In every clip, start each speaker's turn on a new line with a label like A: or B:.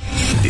A: The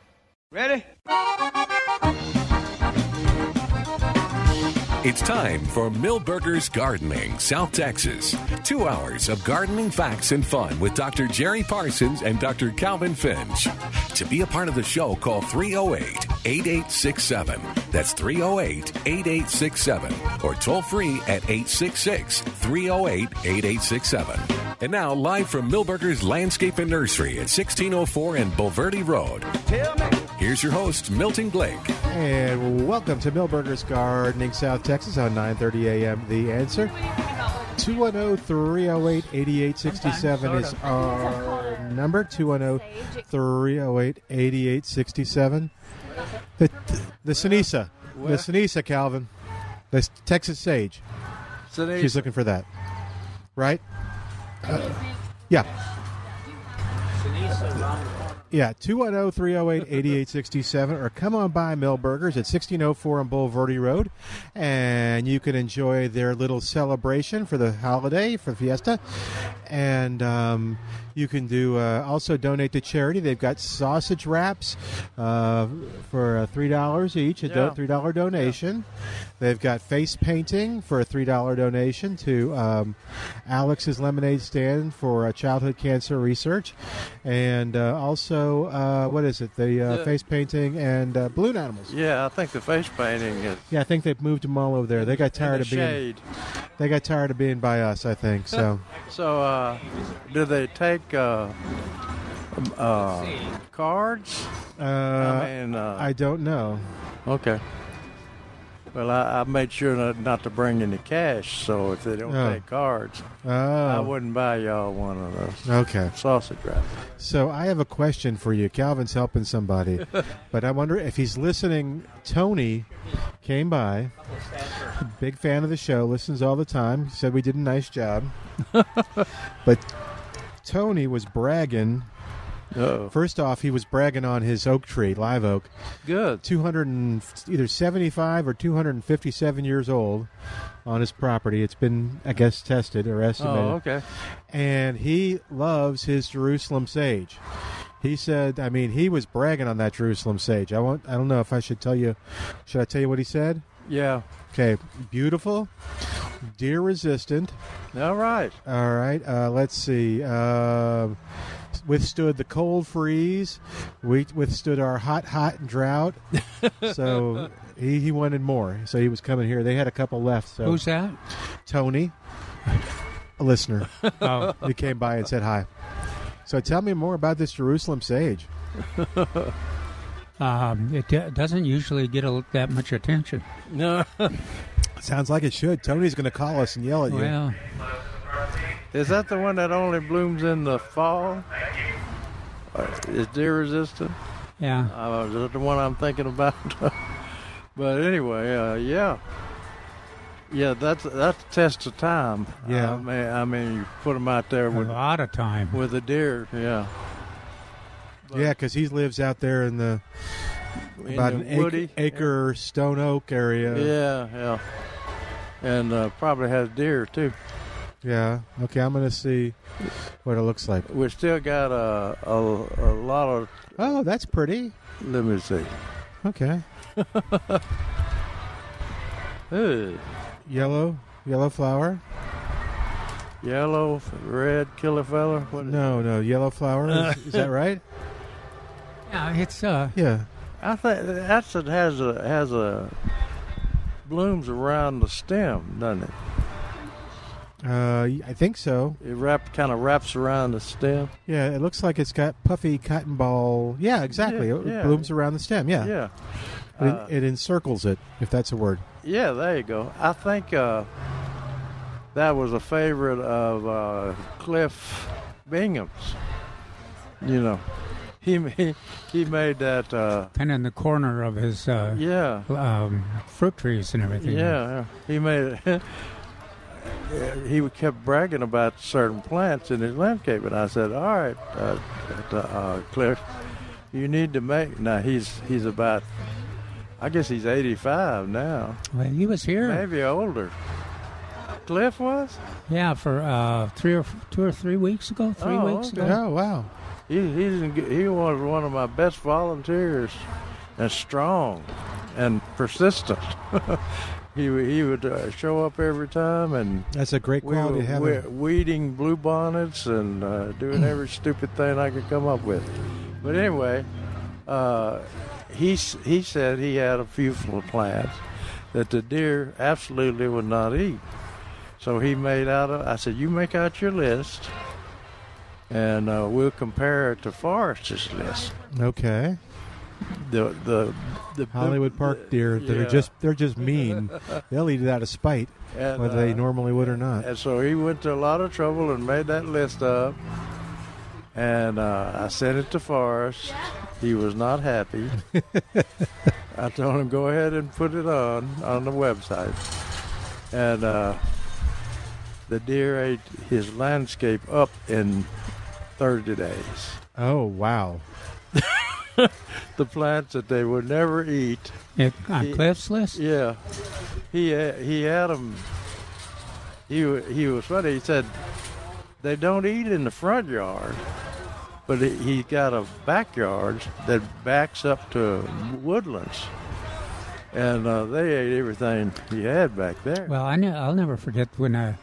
B: Ready?
C: It's time for Millburgers Gardening, South Texas. Two hours of gardening facts and fun with Dr. Jerry Parsons and Dr. Calvin Finch. To be a part of the show, call 308 8867. That's 308 8867. Or toll free at 866 308 8867. And now, live from Millburgers Landscape and Nursery at 1604 and Bulverde Road, here's your host, Milton Blake.
D: And welcome to Millburgers Gardening, South Texas on 9:30 a.m. The Answer. oh, 210-308-8867 is our number. oh, 210-308-8867. The the Sinisa, the Sinisa Calvin, the s- Texas sage. She's looking for that, right? Uh, yeah. Yeah, oh, 210 308 8867, or come on by Millburgers at 1604 on Boulevardy Road, and you can enjoy their little celebration for the holiday, for Fiesta. And um, you can do uh, also donate to charity. They've got sausage wraps uh, for uh, $3 each, a do-
B: Yeah.
D: $3 donation. They've got face painting for a $3 donation to um, Alex's Lemonade Stand for uh, childhood cancer research. And uh, also, uh, what is it? The uh,
E: The-
D: face painting and uh, balloon animals.
E: Yeah, I think the face painting is.
D: Yeah, I think they've moved them all over there. They got tired
E: the
D: of being
E: shade.
D: they got tired of being by us, I think. So
E: So, uh, do they take uh, um, uh, cards?
D: uh,
E: I mean, uh,
D: I don't know.
E: Oh, okay. Well, I, I made sure not, not to bring any cash, so if they don't
D: Oh.
E: take cards, I
D: Oh,
E: wouldn't buy y'all one of those
D: okay.
E: sausage wraps.
D: So I have a question for you. Calvin's helping somebody, but I wonder if he's listening. Tony came by, big fan of the show, listens all the time. Said we did a nice job, but Tony was bragging.
E: Oh,
D: First off, he was bragging on his oak tree, live oak,
E: good.
D: 200 and either 75 or 257 years old on his property. It's been, I guess, tested or estimated
E: Oh, okay.
D: and he loves his Jerusalem sage. He said, I mean, he was bragging on that Jerusalem sage. I won't, I don't know if I should tell you. Should I tell you what he said?
E: Yeah.
D: Okay, beautiful, deer resistant.
E: All right.
D: All right, uh, let's see. Uh, withstood the cold freeze. We withstood our hot, hot drought. so he, he wanted more. So he was coming here. They had a couple left. So
F: Who's that?
D: Tony, a listener.
F: Oh,
D: He came by and said hi. So tell me more about this Jerusalem sage.
F: um, it d- doesn't usually get a, that much attention.
E: No.
D: Sounds like it should. Tony's going to call us and yell at you.
F: Well,
E: Is that the one that only blooms in the fall? Or Is deer resistant?
F: yeah.
E: Uh, is that the one I'm thinking about? but anyway, uh, yeah, yeah, that's that's the test of time.
D: Yeah.
E: I mean, I mean, you put them out there
F: A
E: with
F: lot of time.
E: with a deer. Yeah,
D: yeah, because he lives out there in the
E: In
D: about
E: the
D: an acre, acre stone oak area.
E: Yeah, yeah, and uh, probably has deer too.
D: Yeah. Okay, I'm going to see what it looks like.
E: We still got a a, a lot of.
D: Oh, that's pretty.
E: Let me see.
D: Okay.
E: Ooh,
D: Yellow, yellow flower.
E: yellow, red, killer fella. What is-
D: No, no, yellow flower. Is, is that right?
F: Yeah, it's uh,
D: Yeah.
E: I think that's it has a has a blooms around the stem, doesn't it?
D: Uh, I think so.
E: It wrap kind of wraps around the stem.
D: Yeah, it looks like it's got puffy cotton ball. Yeah, exactly.
E: Yeah,
D: it
E: yeah.
D: blooms around the stem. Yeah.
E: Yeah,
D: It,
E: Uh,
D: it encircles it, if that's a word.
E: yeah. There you go. I think uh, that was a favorite of uh, Cliff Bingham's. You know, he he, he made that. Uh,
F: kind of in the corner of his uh,
E: yeah,
F: um, fruit trees and everything.
E: yeah. He made. he kept bragging about certain plants in his landscape, and I said, "All right, uh, uh, uh, Cliff, you need to make." Now he's he's about. I guess he's 85 now,
F: Well, he was here.
E: maybe older. Cliff was.
F: Yeah, for uh, three or two or three weeks ago. Three
E: Oh,
F: weeks
E: okay.
F: ago.
D: Oh wow.
E: He he's in, he was one of my best volunteers, and strong, and persistent. he would- he would uh, show up every time, and
D: That's a great
E: we
D: quality
E: were
D: to have.
E: we- weeding bluebonnets and uh, doing every stupid thing I could come up with. But anyway, uh, he s- he said he had a few fl- plants that the deer absolutely would not eat. So he made out. A, I said, you make out your list, and uh, we'll compare it to Forrest's list.
D: Okay.
E: The the the
D: Hollywood Park deer that
E: yeah.
D: are just they're just mean. They'll eat it out of spite,
E: and,
D: whether they
E: uh,
D: normally would or not.
E: And so he went to a lot of trouble and made that list up. And uh, I sent it to Forrest. He was not happy. I told him go ahead and put it on on the website. And uh, the deer ate his landscape up in 30 days.
D: Oh wow.
E: The plants that they would never eat.
F: It, on
E: He-
F: Cliff's list.
E: Yeah, he he had them. He wa- he was funny. He said they don't eat in the front yard, but he- he got a backyard that backs up to woodlands, and uh, they ate everything he had back there.
F: Well, I ne- I'll never forget when I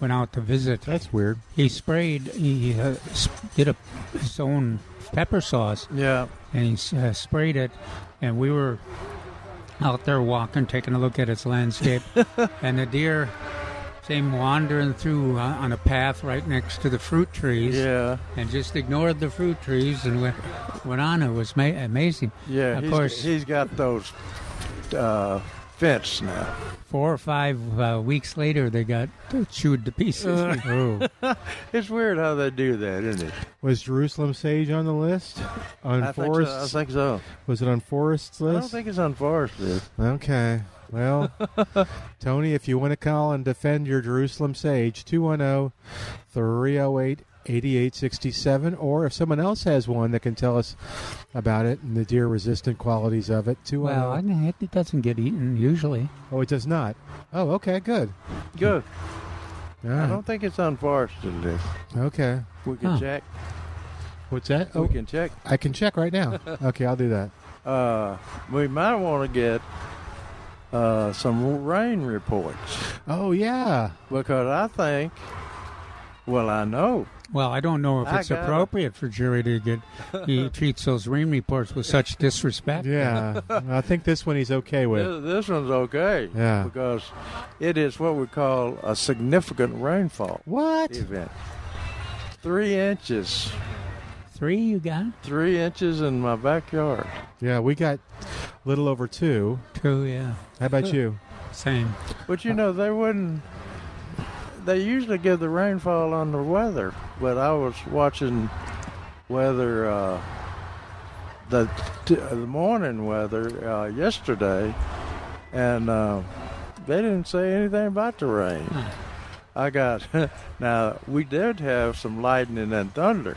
F: went out to visit.
D: That's weird.
F: He sprayed. He uh, sp- did a, his own pepper sauce
E: yeah,
F: and he s- uh, sprayed it. And we were out there walking, taking a look at its landscape, and the deer came wandering through uh, on a path right next to the fruit trees,
E: yeah,
F: and just ignored the fruit trees and went went on. It was ma- amazing.
E: yeah.
F: of
E: he's,
F: course,
E: he's got those uh, fence now.
F: four or five uh, weeks later, they got uh, chewed to pieces. oh.
E: uh, It's weird how they do that, isn't it?
D: Was Jerusalem sage on the list?
E: I
D: On
E: think, so. I
D: Forrest's
E: think so.
D: was it on Forrest's
E: I
D: list?
E: don't think it's on Forest List.
D: Okay. Well, Tony, if you want to call and defend your Jerusalem sage, 210 308 8867, or if someone else has one that can tell us about it and the deer resistant qualities of it, 210.
F: Well, I mean, it- it doesn't get eaten usually.
D: oh, it does not. Oh, okay, good.
E: Good.
D: All
E: I
D: right.
E: don't think it's on Forrester list.
D: Okay.
E: We can
F: Huh.
E: check.
D: What's that?
E: We
D: Oh,
E: can check.
D: I can check right now. okay, I'll do that.
E: Uh, we might want to get uh, some rain reports
D: Oh, yeah.
E: because I think, well, I know.
F: Well, I don't know if
E: I
F: it's
E: got it.
F: appropriate for Jerry to get. He treats those rain reports with such disrespect.
D: Yeah. I think this one he's okay with.
E: This, this one's okay
D: Yeah.
E: because it is what we call a significant rainfall
D: What?
E: event. Three inches,
F: Three you got?
E: three inches in my backyard.
D: Yeah, we got a little over two.
F: Two, yeah.
D: How about you?
F: Same.
E: But you know, they wouldn't. They usually give the rainfall on the weather, but I was watching weather, uh, the, t- uh, the morning weather uh, yesterday, and uh, they didn't say anything about the rain. I got. now, we did have some lightning and thunder,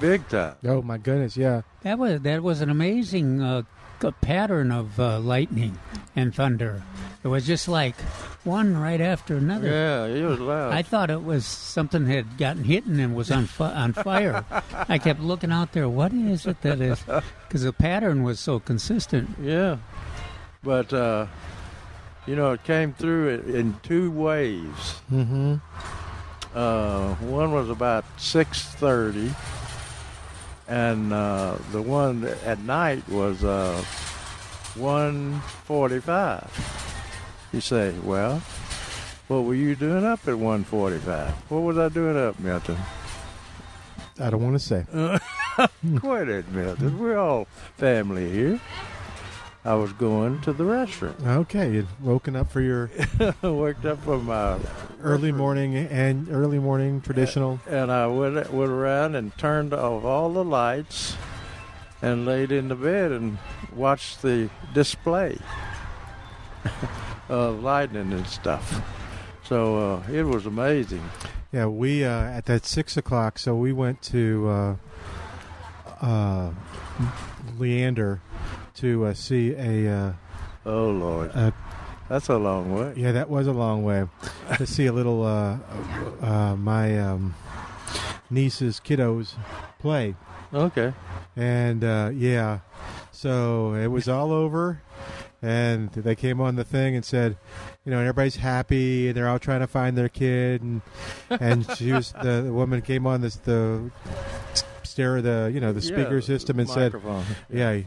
E: big time.
D: Oh, my goodness. Yeah.
F: That was that was an amazing uh, c- pattern of uh, lightning and thunder. It was just like one right after another.
E: Yeah, it was loud.
F: I thought it was something had gotten hit and was on fi- on fire. I kept looking out there. What is it that is? Because the pattern was so consistent.
E: Yeah, but uh, you know, it came through i- in two waves. Mm-hmm. Uh, one was about six thirty, and uh, the one at night was uh, one forty-five. You say, well, what were you doing up at one forty-five? What was I doing up, Milton?
D: I don't want to say.
F: Uh.
E: Quite admit it. We're all family here. I was going to the restroom.
D: Okay, you'd woken up for your
E: I worked up for my
D: early morning and early morning traditional.
E: and I went went around and turned off all the lights and laid in the bed and watched the display of lightning and stuff. So uh, it was amazing.
D: Yeah, we uh, at that six o'clock. So we went to uh, uh, Leander to uh, see a. Uh,
E: Oh Lord,
D: Uh,
E: that's a long way.
D: yeah, that was a long way to see a little uh, uh, my um, niece's kiddos play,
E: Okay.
D: and uh, yeah, so it was all over. And they came on the thing and said, you know, and everybody's happy and they're all trying to find their kid. And and she was the, the woman came on this the stair the you know the speaker
E: Yeah,
D: system and said,
E: microphone.
D: yeah.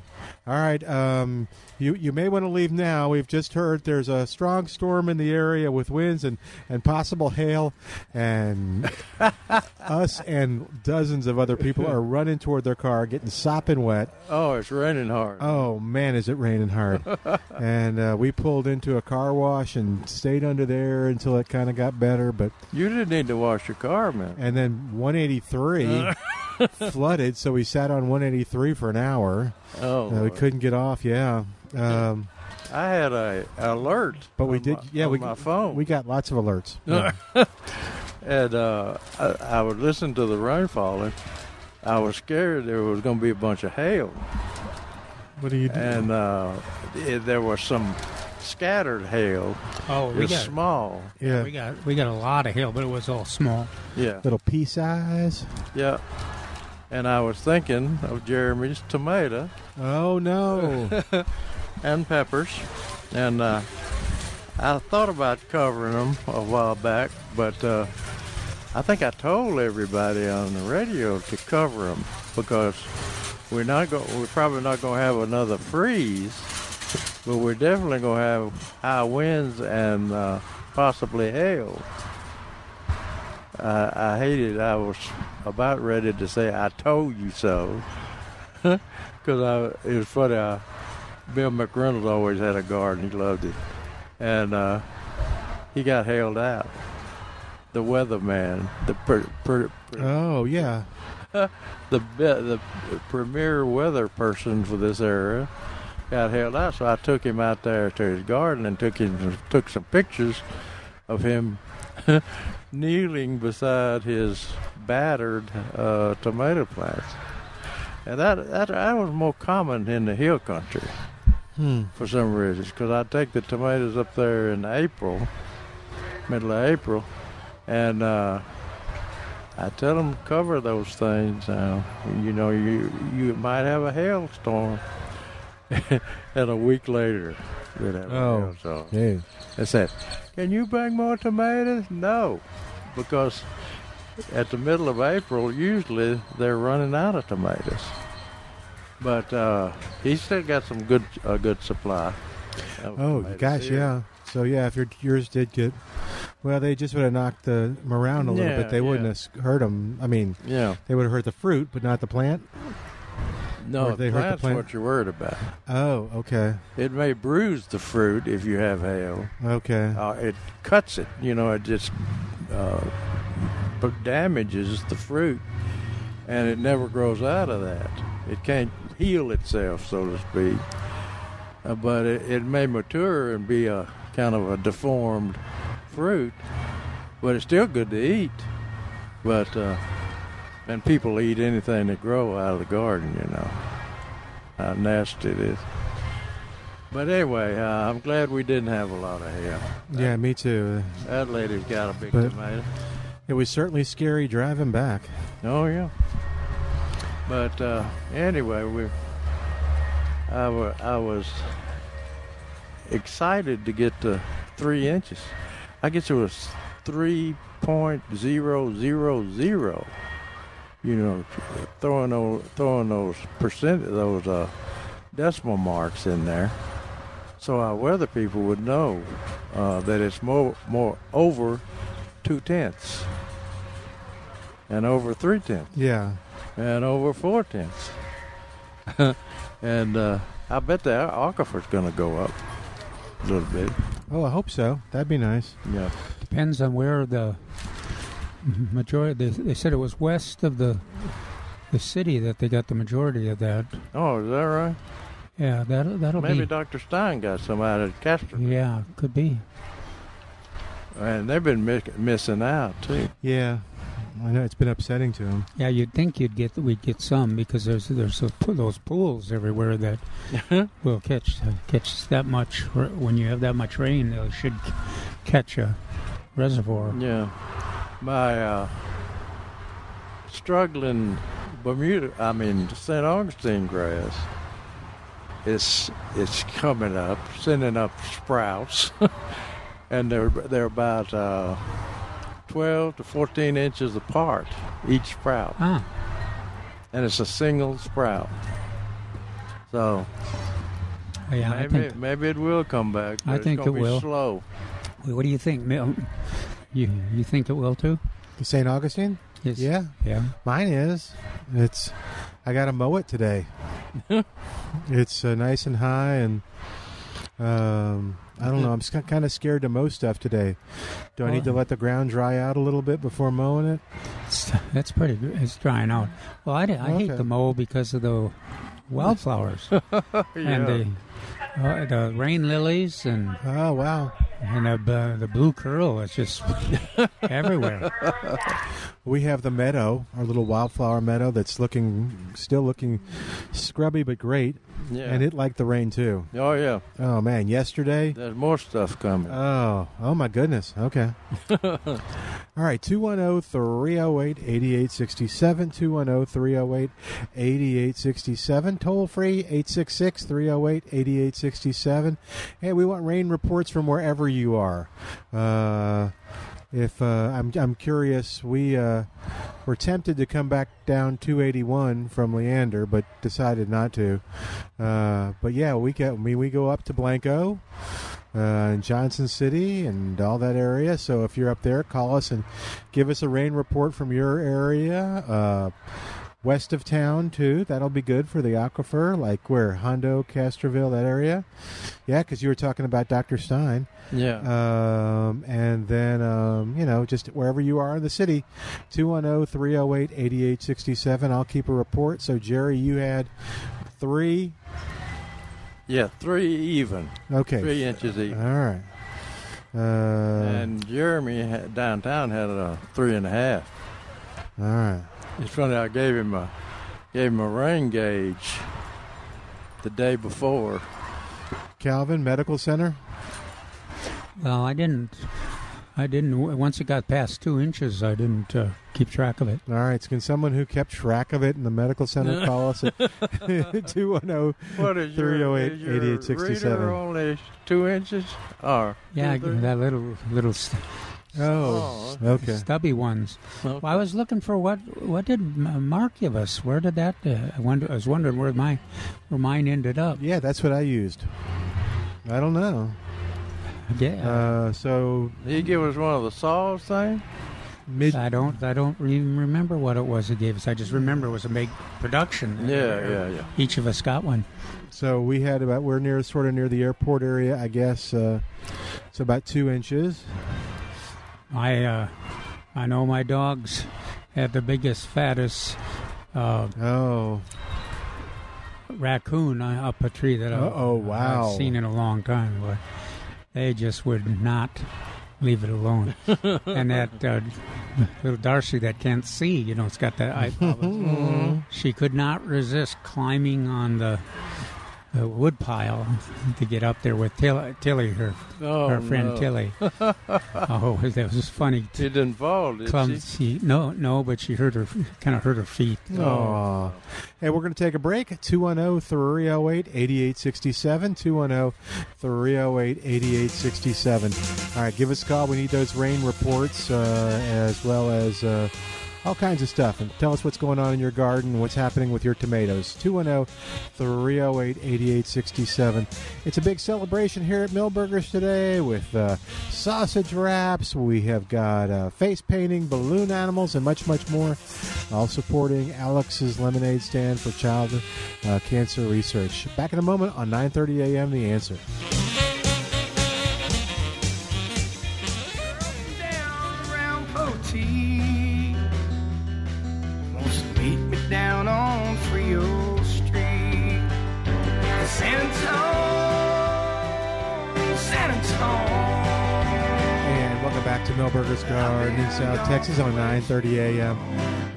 D: All right. Um, you you may want to leave now. We've just heard there's a strong storm in the area with winds and, and possible hail, and us and dozens of other people are running toward their car, getting sopping wet.
E: "Oh, it's raining hard."
D: Oh man, is it raining hard? and uh, we pulled into a car wash and stayed under there until it kind of got better, but
E: you didn't need to wash your car, man.
D: and then 183 flooded, so we sat on 183 for an hour. Uh,
E: Oh,
D: we
E: Lord.
D: couldn't get off. Yeah. Um,
E: I had a an alert,
D: But we
E: on
D: did,
E: my-
D: yeah.
E: on
D: we
E: my phone.
D: We got lots of alerts. Yeah.
E: and uh, I, I would listen to the rainfall, and I was scared there was going to be a bunch of hail,
D: What do you do?
E: and uh, it, there was some scattered hail.
F: Oh,
E: It
F: we
E: was
F: got,
E: small.
D: yeah,
F: we got we got a lot of hail, but it was all small.
E: Yeah,
D: little peace eyes.
E: yeah. And I was thinking of Jeremy's tomato.
D: Oh no!
E: and peppers, and uh, I thought about covering them a while back, but uh, I think I told everybody on the radio to cover them because we're not go- we're probably not going to have another freeze, but we're definitely going to have high winds and uh, possibly hail. I I hated. I was about ready to say I told you so, because it was funny. I, Bill McReynolds always had a garden. He loved it. And uh, he got hailed out. The weatherman, the per, per, per-
D: oh yeah.
E: the be, the premier weather person for this area, got hailed out. So I took him out there to his garden and took him took some pictures of him kneeling beside his battered uh, tomato plants. And that, that that was more common in the hill country for some reasons because I take the tomatoes up there in April, middle of April, and uh, I tell them cover those things. Now, you know, you you might have a hailstorm, and a week later, you'd have
D: Oh.
E: a hailstorm.
D: Yeah.
E: They said, "Can you bring more tomatoes?" No, because at the middle of April, usually they're running out of tomatoes. But uh, he's still got some good a good supply. of
D: Oh
E: tomatoes
D: gosh,
E: here.
D: yeah. So yeah, if your yours did get, well, they just would have knocked the, 'em around a little
E: Yeah,
D: bit. They wouldn't
E: yeah.
D: have s- hurt them. I mean,
E: yeah.
D: they would have hurt the fruit, but not the plant. Or
E: No,
D: they hurt the
E: that's
D: plant.
E: what you're worried about.
D: Oh, okay,
E: It may bruise the fruit if you have hail.
D: okay.
E: Uh, it cuts it. You know, it just uh, b- damages the fruit, and it never grows out of that. It can't heal itself, so to speak. Uh, but it, it may mature and be a kind of a deformed fruit, but it's still good to eat. But uh, and people eat anything that grow out of the garden, you know. How nasty it is. But anyway, uh, I'm glad we didn't have a lot of hail.
D: yeah, me too.
E: That lady's got a big
D: But-
E: tomato.
D: It was certainly scary driving back.
E: Oh yeah. But uh, anyway, we I, wa- I was excited to get to three inches. I guess it was three point zero zero zero. You know, throwing those throwing those percent those uh, decimal marks in there, so our weather people would know uh, that it's more more over two tenths and over three tenths
D: Yeah.
E: and over four tenths. and uh, I bet the aquifer's going to go up a little bit.
D: Oh, I hope so. That'd be nice.
E: Yeah.
F: Depends on where the majority. They, they said it was west of the the city that they got the majority of that.
E: Oh, is that right?
F: Yeah, that that'll
E: Maybe
F: be.
E: Dr. Stein got some out of Castro.
F: yeah, could be.
E: And they've been mi- missing out, too.
D: Yeah, I know it's been upsetting to him.
F: Yeah, you'd think you'd get we'd get some because there's there's those pool- those pools everywhere that
E: Uh-huh.
F: will catch catch that much r- when you have that much rain. They should c- catch a reservoir.
E: Yeah. My uh, struggling Bermuda, I mean, St. Augustine grass is it's coming up, sending up sprouts. and they're, they're about uh, 12 to 14 inches apart, each sprout.
F: Ah,
E: And it's a single sprout. So
F: yeah. I
E: maybe,
F: think,
E: maybe it will come back.
F: I
E: but it's
F: think
E: gonna
F: it
E: be
F: will.
E: slow.
F: what do you think, Mil? You you think it will too?
D: St. Augustine?
F: Yes.
D: Yeah,
F: Yeah.
D: mine is. It's I got to mow it today. it's uh, nice and high, and um, I don't know. I'm kind of scared to mow stuff today. Do I need to
F: Why?
D: let the ground dry out a little bit before mowing it?
F: It's, that's pretty. good. It's drying out. Well, I, di- I hate
D: Okay.
F: the mow because of the wildflowers and the uh, the rain lilies and
D: Oh wow.
F: and the uh, the blue curl. It's just everywhere.
D: We have the meadow, our little wildflower meadow that's looking still looking scrubby but great,
E: Yeah.
D: and it liked the rain too.
E: oh, yeah.
D: Oh man, yesterday.
E: There's more stuff coming.
D: Oh, oh my goodness. Okay. All right, oh, 210-308-8867, 210-308-8867, toll free 866-308-8867. Hey, we want rain reports from wherever you are. Uh if uh, I'm, I'm curious, we uh, were tempted to come back down 281 from Leander, but decided not to. Uh, but yeah, we get, I mean, we go up to Blanco uh, and Johnson City and all that area. So if you're up there, call us and give us a rain report from your area. Uh, west of town too. That'll be good for the aquifer, like where Hondo, Castroville, that area. Yeah, because you were talking about Dr. Stein
E: yeah.
D: um, and then um, you know just wherever you are in the city oh, 210-308-8867 i'll keep a report so jerry you had three
E: Yeah, three even,
D: okay
E: three inches
D: all
E: even.
D: right uh,
E: and Jeremy had, downtown had a three and a half.
D: all right
E: It's funny, I gave him a gave him a rain gauge the day before.
D: calvin medical center
F: Well, I didn't. I didn't. w- Once it got past two inches, I didn't uh, keep track of it.
D: all right so can someone who kept track of it in the medical center call us at 210
E: What is your,
D: 308,
E: is your
D: 8867.
E: reader only two inches? Or
F: Yeah, I-
E: two, three?
F: that little little st-
D: oh okay
F: stubby ones.
E: Okay.
F: Well, I was looking for what what did M- Mark give us? Where did that? Uh, I wonder. I was wondering where my where mine ended up.
D: yeah that's what i used i don't know
F: Yeah.
D: uh, so
E: He gave us one of the saws thing.
D: mid
F: I don't. I don't even remember what it was he gave us. I just remember it was a big production.
E: Yeah, yeah, yeah.
F: Each of us got one.
D: So we had about we're near sort of near the airport area, I guess. Uh, so about two inches.
F: I uh, I know my dogs had the biggest, fattest uh,
D: Oh,
F: raccoon uh, up a tree that I,
D: Uh-oh, wow.
F: I've seen in a long time, but they just would not leave it alone. and that uh, little Darcy that can't see, you know, it's got that eye
D: Mm-hmm.
F: problem. she could not resist climbing on the, the wood pile to get up there with Tilly, Tilly her
E: Oh,
F: her friend
E: no.
F: Tilly. oh, that was funny.
E: He didn't fall, did she?
F: Clumsy. No, no, but she hurt her, kind of hurt her feet.
D: Aw. Uh, Hey, we're going to take a break. oh, 210-308-8867. 210-308-8867. All right, give us a call. We need those rain reports uh, as well as uh, all kinds of stuff. And tell us what's going on in your garden, what's happening with your tomatoes. oh, 210-308-8867. It's a big celebration here at Millburgers today with uh, sausage wraps. We have got uh, face painting, balloon animals, and much, much more all supporting Alex's lemonade stand for child uh, cancer research. Back in a moment on 9:30 a.m. The Answer.
B: down around Poteet. Wants to meet me down
D: back to Millburgers Garden in South Texas on 9:30 a.m.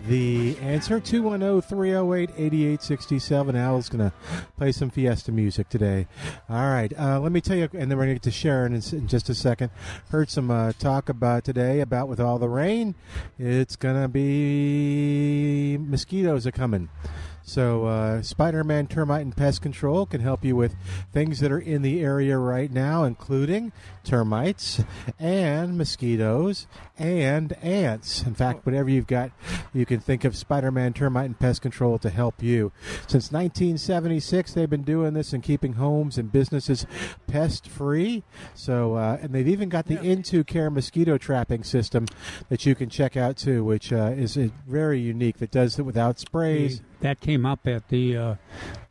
D: The answer oh, 210-308-8867. Al's gonna play some Fiesta music today. All right, uh, let me tell you, and then we're gonna get to Sharon in, s- in just a second. Heard some uh, talk about today about with all the rain, it's gonna be mosquitoes are coming. So, uh, Spider Man Termite and Pest Control can help you with things that are in the area right now, including termites and mosquitoes and ants. In fact, whatever you've got, you can think of Spider Man Termite and Pest Control to help you. Since 1976, they've been doing this and keeping homes and businesses pest free. So, uh, and they've even got the Into Care mosquito trapping system that you can check out too, which uh, is uh, very unique that does it without sprays.
F: That came up at the uh,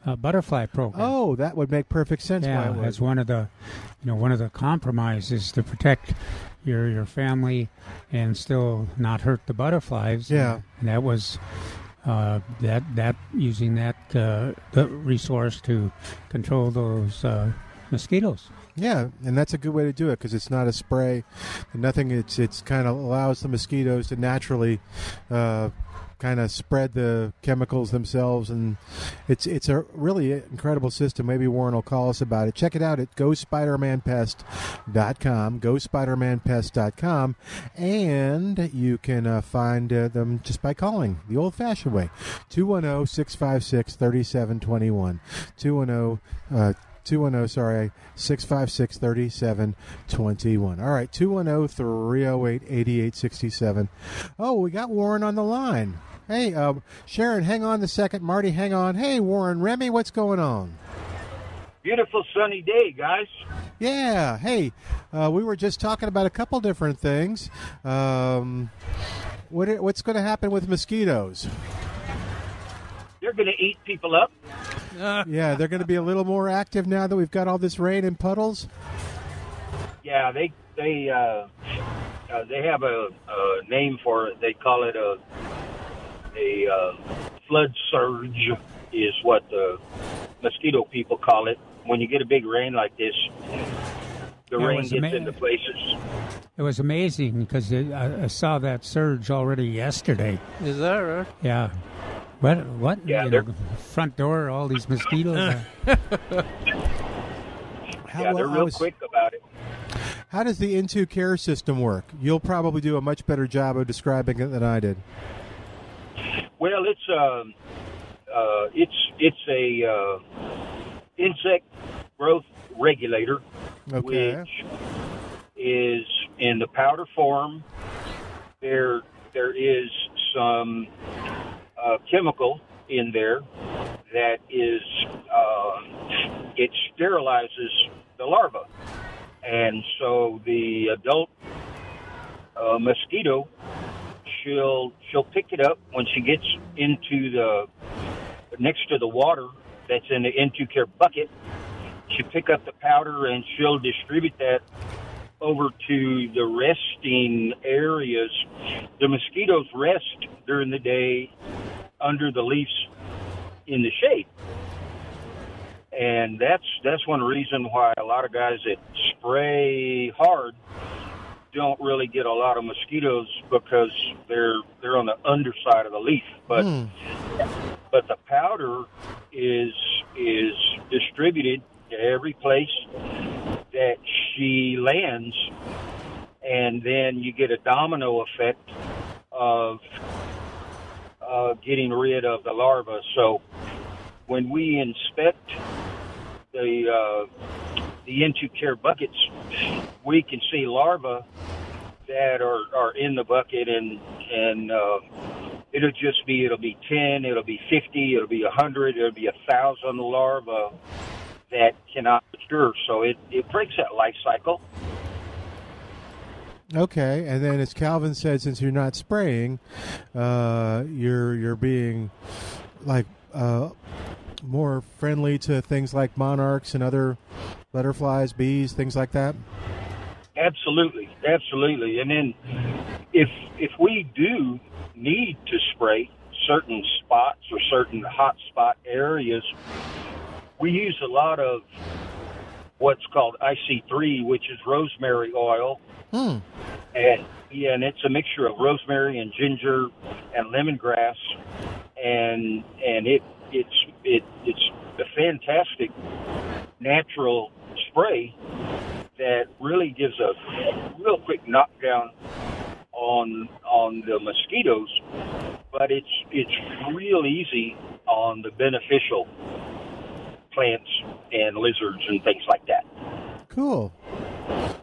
F: uh, butterfly program.
D: Oh, that would make perfect sense. why
F: yeah,
D: it was.
F: that's one of the, you know, one of the compromises to protect your your family and still not hurt the butterflies.
D: Yeah.
F: and that was uh, that that using that uh, the resource to control those uh, mosquitoes.
D: Yeah, and that's a good way to do it because it's not a spray, and nothing. It's it's kind of allows the mosquitoes to naturally, uh, kind of spread the chemicals themselves, and it's it's a really incredible system. Maybe Warren will call us about it. Check it out at GoSpiderManPest.com, GoSpiderManPest.com, and you can uh, find uh, them just by calling the old-fashioned way, oh, 210-656-3721, 210. Uh, 210, sorry, 656 3721. All right, oh, 210 308 8867. Oh, we got Warren on the line. Hey, uh, Sharon, hang on the second. Marty, hang on. Hey, Warren, Remy, what's going on?
B: Beautiful sunny day, guys.
D: Yeah, hey, uh, we were just talking about a couple different things. Um, what, are- what's going to happen with mosquitoes?
B: They're going to eat people up.
D: Yeah, they're going to be a little more active now that we've got all this rain and puddles.
B: Yeah, they they uh, uh, they have a, a name for it. They call it a a uh, flood surge is what the mosquito people call it. When you get a big rain like this, the
F: Yeah, it
B: rain
F: was
B: gets
F: ama-
B: into places.
F: It was amazing because I, I saw that surge already yesterday.
E: Is that right?
F: Yeah. What? What?
B: Yeah,
F: you
B: they're-
F: know, front door, all these mosquitoes. uh, are-
D: How,
B: yeah, they're
D: well- I
B: real
D: was-
B: quick about it.
D: How does the into care system work? You'll probably do a much better job of describing it than I did.
B: Well, it's um, uh, it's it's a uh, insect growth regulator,
D: Okay.
B: which is in the powder form. There there is some uh, chemical in there that is uh, it sterilizes the larva, and so the adult uh, mosquito she'll she'll pick it up when she gets into the next to the water that's in the into care bucket. She pick up the powder and she'll distribute that over to the resting areas. The mosquitoes rest during the day under the leaves in the shade. And that's that's one reason why a lot of guys that spray hard don't really get a lot of mosquitoes because they're they're on the underside of the leaf. But but the powder is is distributed to every place that she lands, and then you get a domino effect of uh, getting rid of the larva. So when we inspect the uh, the into care buckets, we can see larvae that are, are in the bucket and and uh, it'll just be it'll be ten, it'll be fifty, it'll be a hundred, it'll be a thousand larvae that cannot mature. So it, it breaks that life cycle.
D: Okay, and then as Calvin said, since you're not spraying, uh, you're you're being like uh, more friendly to things like monarchs and other butterflies, bees, things like that.
B: Absolutely, absolutely. And then if if we do need to spray certain spots or certain hot spot areas, we use a lot of what's called IC3, which is rosemary oil And yeah, and it's a mixture of rosemary and ginger and lemongrass, and and it it's it it's a fantastic natural spray that really gives a real quick knockdown on on the mosquitoes, but it's it's real easy on the beneficial plants and lizards and things like that.
D: Cool.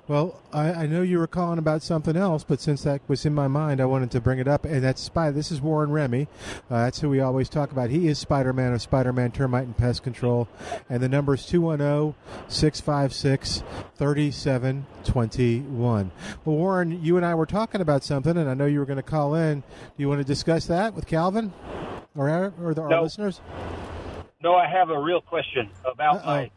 D: Well, I, I know you were calling about something else, but since that was in my mind, I wanted to bring it up. And that's Spider. This is Warren Remy. Uh, that's who we always talk about. He is Spider Man of Spider Man Termite and Pest Control. And the number is 210 656 3721. Well, Warren, you and I were talking about something, and I know you were going to call in. Do you want to discuss that with Calvin or, our- or the, our
B: No.
D: listeners?
B: No, I have a real question about
D: Uh-oh.
B: my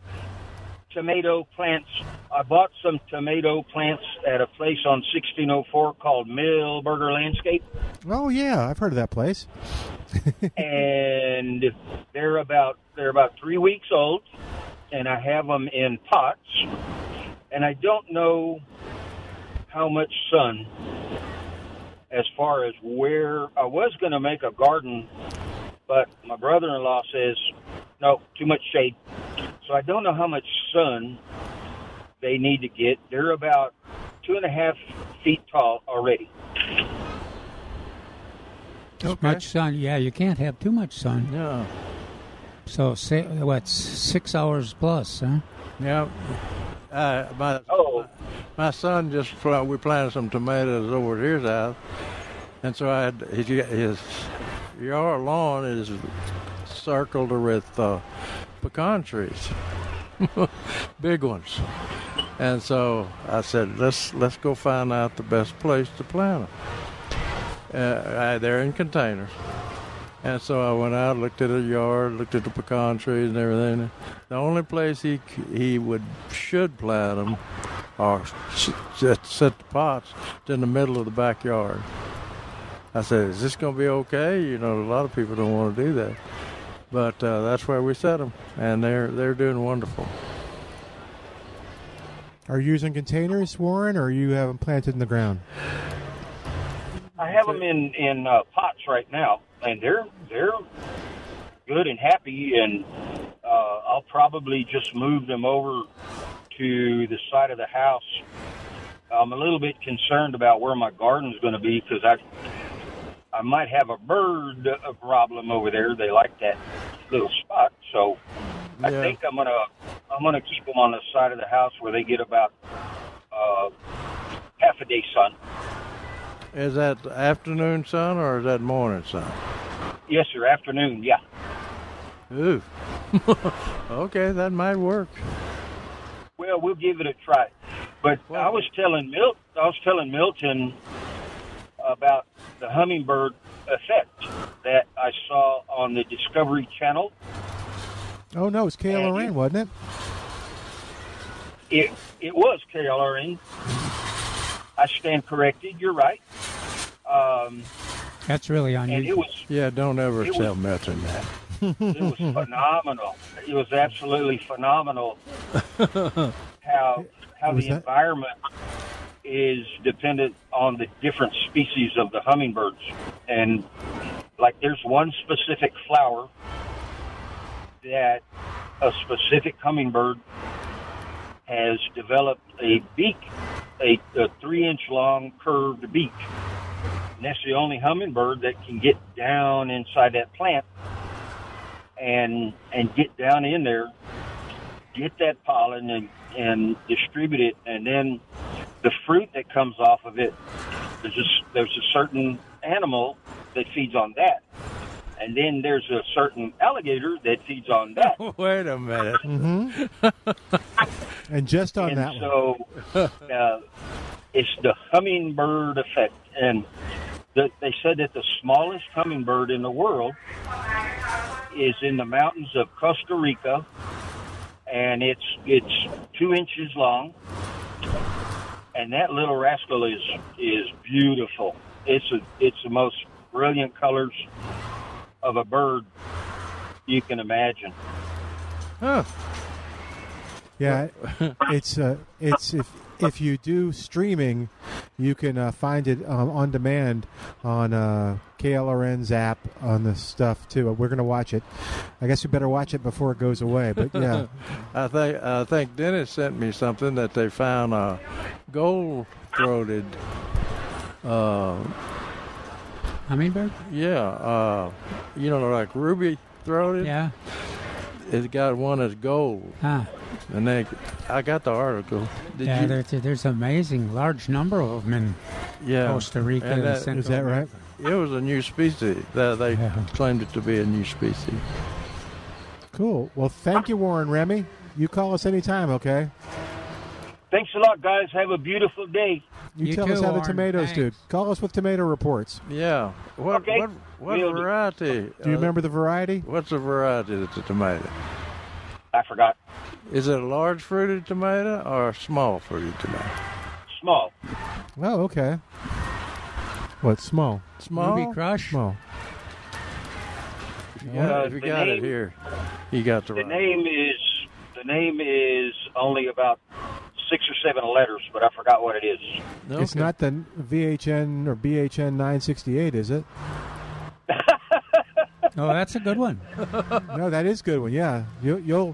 B: tomato plants. I bought some tomato plants at a place on 1604 called Millburger Landscape,
D: Oh, yeah. I've heard of that place.
B: and they're about they're about three weeks old, and I have them in pots, and I don't know how much sun. As far as where I was going to make a garden, but my brother-in-law says no, too much shade. So I don't know how much sun they need to get. They're about two and a half feet tall already.
F: Too much sun. Yeah, you can't have too much sun.
E: Yeah.
F: So say what six hours plus, huh?
E: Yeah. Uh, my,
B: Oh,
E: my son just pl- we planted some tomatoes over at his house, and so I had his, his yard lawn is circled with uh, pecan trees, big ones, and so I said let's let's go find out the best place to plant them. Uh, I, they're in containers. And so I went out, looked at the yard, looked at the pecan trees and everything. The only place he c- he would should plant them or s- set, set the pots in the middle of the backyard. I said, "Is this going to be okay?" You know, a lot of people don't want to do that, but uh, that's where we set them, and they're they're doing wonderful.
D: Are you using containers, Warren, or you have them planted in the ground?
B: I have them in in uh, pots right now, and they're they're good and happy. And uh, I'll probably just move them over to the side of the house. I'm a little bit concerned about where my garden's going to be because I I might have a bird uh, problem over there. They like that little spot, so I
E: Yeah.
B: think I'm gonna I'm gonna keep them on the side of the house where they get about uh, half a day sun.
E: Is that afternoon sun or is that morning sun?
B: Yes, sir. Afternoon, yeah.
E: Ooh, okay, that might work.
B: Well, we'll give it a try. But I was telling Mil- I was telling Milton about the hummingbird effect that I saw on the Discovery Channel.
D: Oh no, it's KLRN, wasn't it?
B: It it was KLRN. I stand corrected. You're right. Um,
F: That's really
B: and it
F: unusual.
B: was
E: Yeah, don't ever
B: It was-
E: tell Milton that.
B: it was phenomenal. It was absolutely phenomenal how how
D: Was
B: the
D: that-
B: environment is dependent on the different species of the hummingbirds. And like there's one specific flower that a specific hummingbird has developed a beak, a, a three inch long curved beak. And that's the only hummingbird that can get down inside that plant and and get down in there, get that pollen and and distribute it, and then the fruit that comes off of it. There's just there's a certain animal that feeds on that, and then there's a certain alligator that feeds on that.
E: Wait a minute.
D: Mm-hmm. And just on
B: and
D: that one.
B: so uh, it's the hummingbird effect and the, they said that the smallest hummingbird in the world is in the mountains of costa rica and it's it's two inches long and that little rascal is is beautiful it's a, it's the most brilliant colors of a bird you can imagine
D: Yeah, it's uh, it's if if you do streaming, you can uh, find it um, on demand on uh, KLRN's app on the stuff too. Uh, We're going to watch it. I guess we better watch it before it goes away. But yeah,
E: I think I think Dennis sent me something that they found a gold throated. Uh,
F: Hummingbird?
E: yeah, uh, you know, like ruby throated.
F: Yeah.
E: It's got one that's gold,
F: Ah,
E: and they, I got the article. Did
F: yeah,
E: you?
F: there's, there's amazing large number of them in
E: yeah,
F: Costa Rica
E: And
F: and,
E: that-
F: Central
D: is that right?
E: it was a new species. That they
F: Yeah.
E: claimed it to be a new species.
D: Cool. Well, thank you, Warren Remy. You call us anytime, okay?
B: Thanks a lot, guys. Have a beautiful day.
D: You,
F: You
D: tell
F: too,
D: us how
F: Warren.
D: the tomatoes do.
F: Thanks.
D: Call us with tomato reports.
E: Yeah. What
B: Okay.
E: what, what
B: Will do.
E: variety? uh,
D: Do you remember the variety?
E: What's the variety of the tomato?
B: I forgot.
E: Is it a large fruited tomato or a small fruited tomato?
B: Small.
D: Oh, okay. What small?
E: Small.
F: Ruby Crush?
D: Small.
B: Uh,
E: Yeah, if you
B: the
E: got it
B: name-
E: here, you got the
B: The
E: right.
B: name is the name is only about six or seven letters, but I forgot what it is.
E: Okay.
D: It's not the VHN or BHN 968, is it?
F: Oh, that's a good one.
D: No, that is a good one. Yeah, you, you'll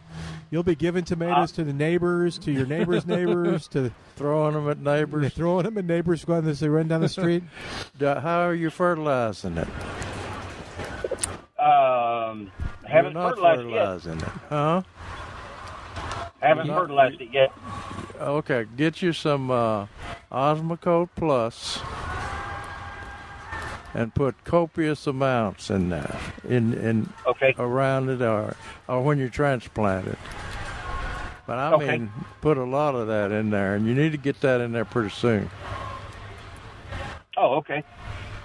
D: you'll be giving
B: Uh,
D: tomatoes to the neighbors, to your neighbors' neighbors, to
E: throwing them at
D: you're
E: neighbors.
D: throwing them at neighbors going as they run down the street.
E: Do- How are you fertilizing it?
B: Um, haven't
E: You're not
B: fertilized it yet.
E: fertilizing it, huh?
B: Haven't
E: You're not-
B: fertilized it yet.
E: Okay, get you some uh, Osmocote Plus and put copious amounts in there, in in
B: Okay.
E: around it, or or when you transplant it. But I
B: Okay.
E: mean, put a lot of that in there, and you need to get that in there pretty soon.
B: Oh, okay.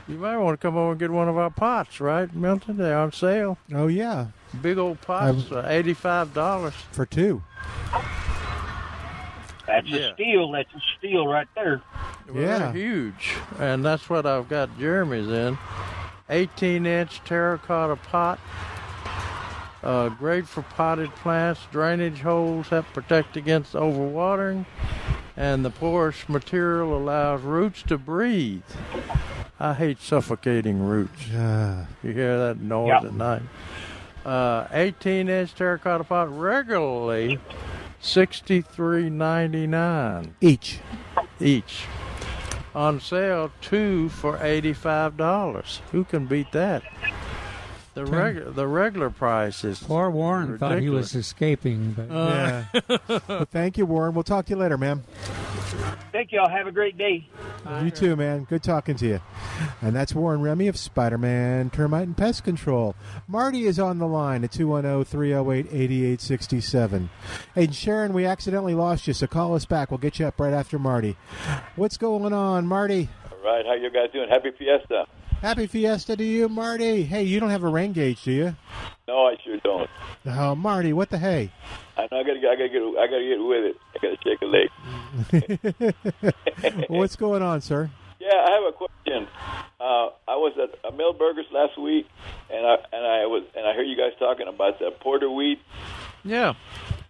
E: You might want to come over and get one of our pots, right, Milton? They're on sale.
D: Oh yeah,
E: Big old pots, uh, eighty-five dollars.
D: for two.
B: That's
E: Yeah.
B: a steal. That's a steal right there.
D: Yeah.
E: huge, and that's what I've got. Jeremy's in eighteen-inch terracotta pot. Uh, great for potted plants. Drainage holes help protect against overwatering, and the porous material allows roots to breathe. I hate suffocating roots.
D: Uh,
E: You hear that noise
B: Yeah.
E: at night. Uh, 18 inch terracotta pot regularly, sixty-three ninety-nine
D: each.
E: each. On sale, two for eighty-five dollars. Who can beat that? The regular the regular price is
F: Poor Warren thought he was escaping, but
D: yeah. well, thank you, Warren. We'll talk to you later, ma'am.
B: Thank y'all. Have a great day.
D: You too, man. Good talking to you. And that's Warren Remy of Spider Man Termite and Pest Control. Marty is on the line at 210 308 8867. Hey, Sharon, we accidentally lost you, so call us back. We'll get you up right after Marty. What's going on, Marty?
G: All right, how you guys doing? Happy Fiesta.
D: Happy Fiesta to you, Marty. Hey, you don't have a rain gauge, do you?
G: No, I sure don't.
D: Oh, Marty, what the hey?
G: I know I gotta, get- I gotta get, I gotta get with it. I gotta shake a leg.
D: What's going on, sir?
G: Yeah, I have a question. Uh, I was at a Mill Burgers last week, and I and I was and I heard you guys talking about the porter wheat.
E: yeah.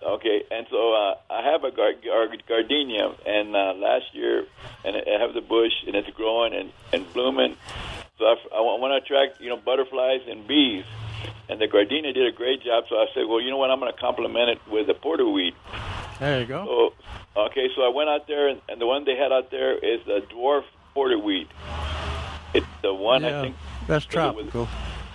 G: Okay, and so uh, I have a gar- gar- gardenia, and uh, last year, and I have the bush, and it's growing and, and blooming. So I, f- I want to attract, you know, butterflies and bees. And the gardenia did a great job, so I said, well, you know what, I'm going to complement it with the porter wheat.
E: There you go.
G: So, okay, so I went out there, and, and the one they had out there is the dwarf porter wheat. It's the one, I think,
E: that's
G: with the- with-
E: tropical.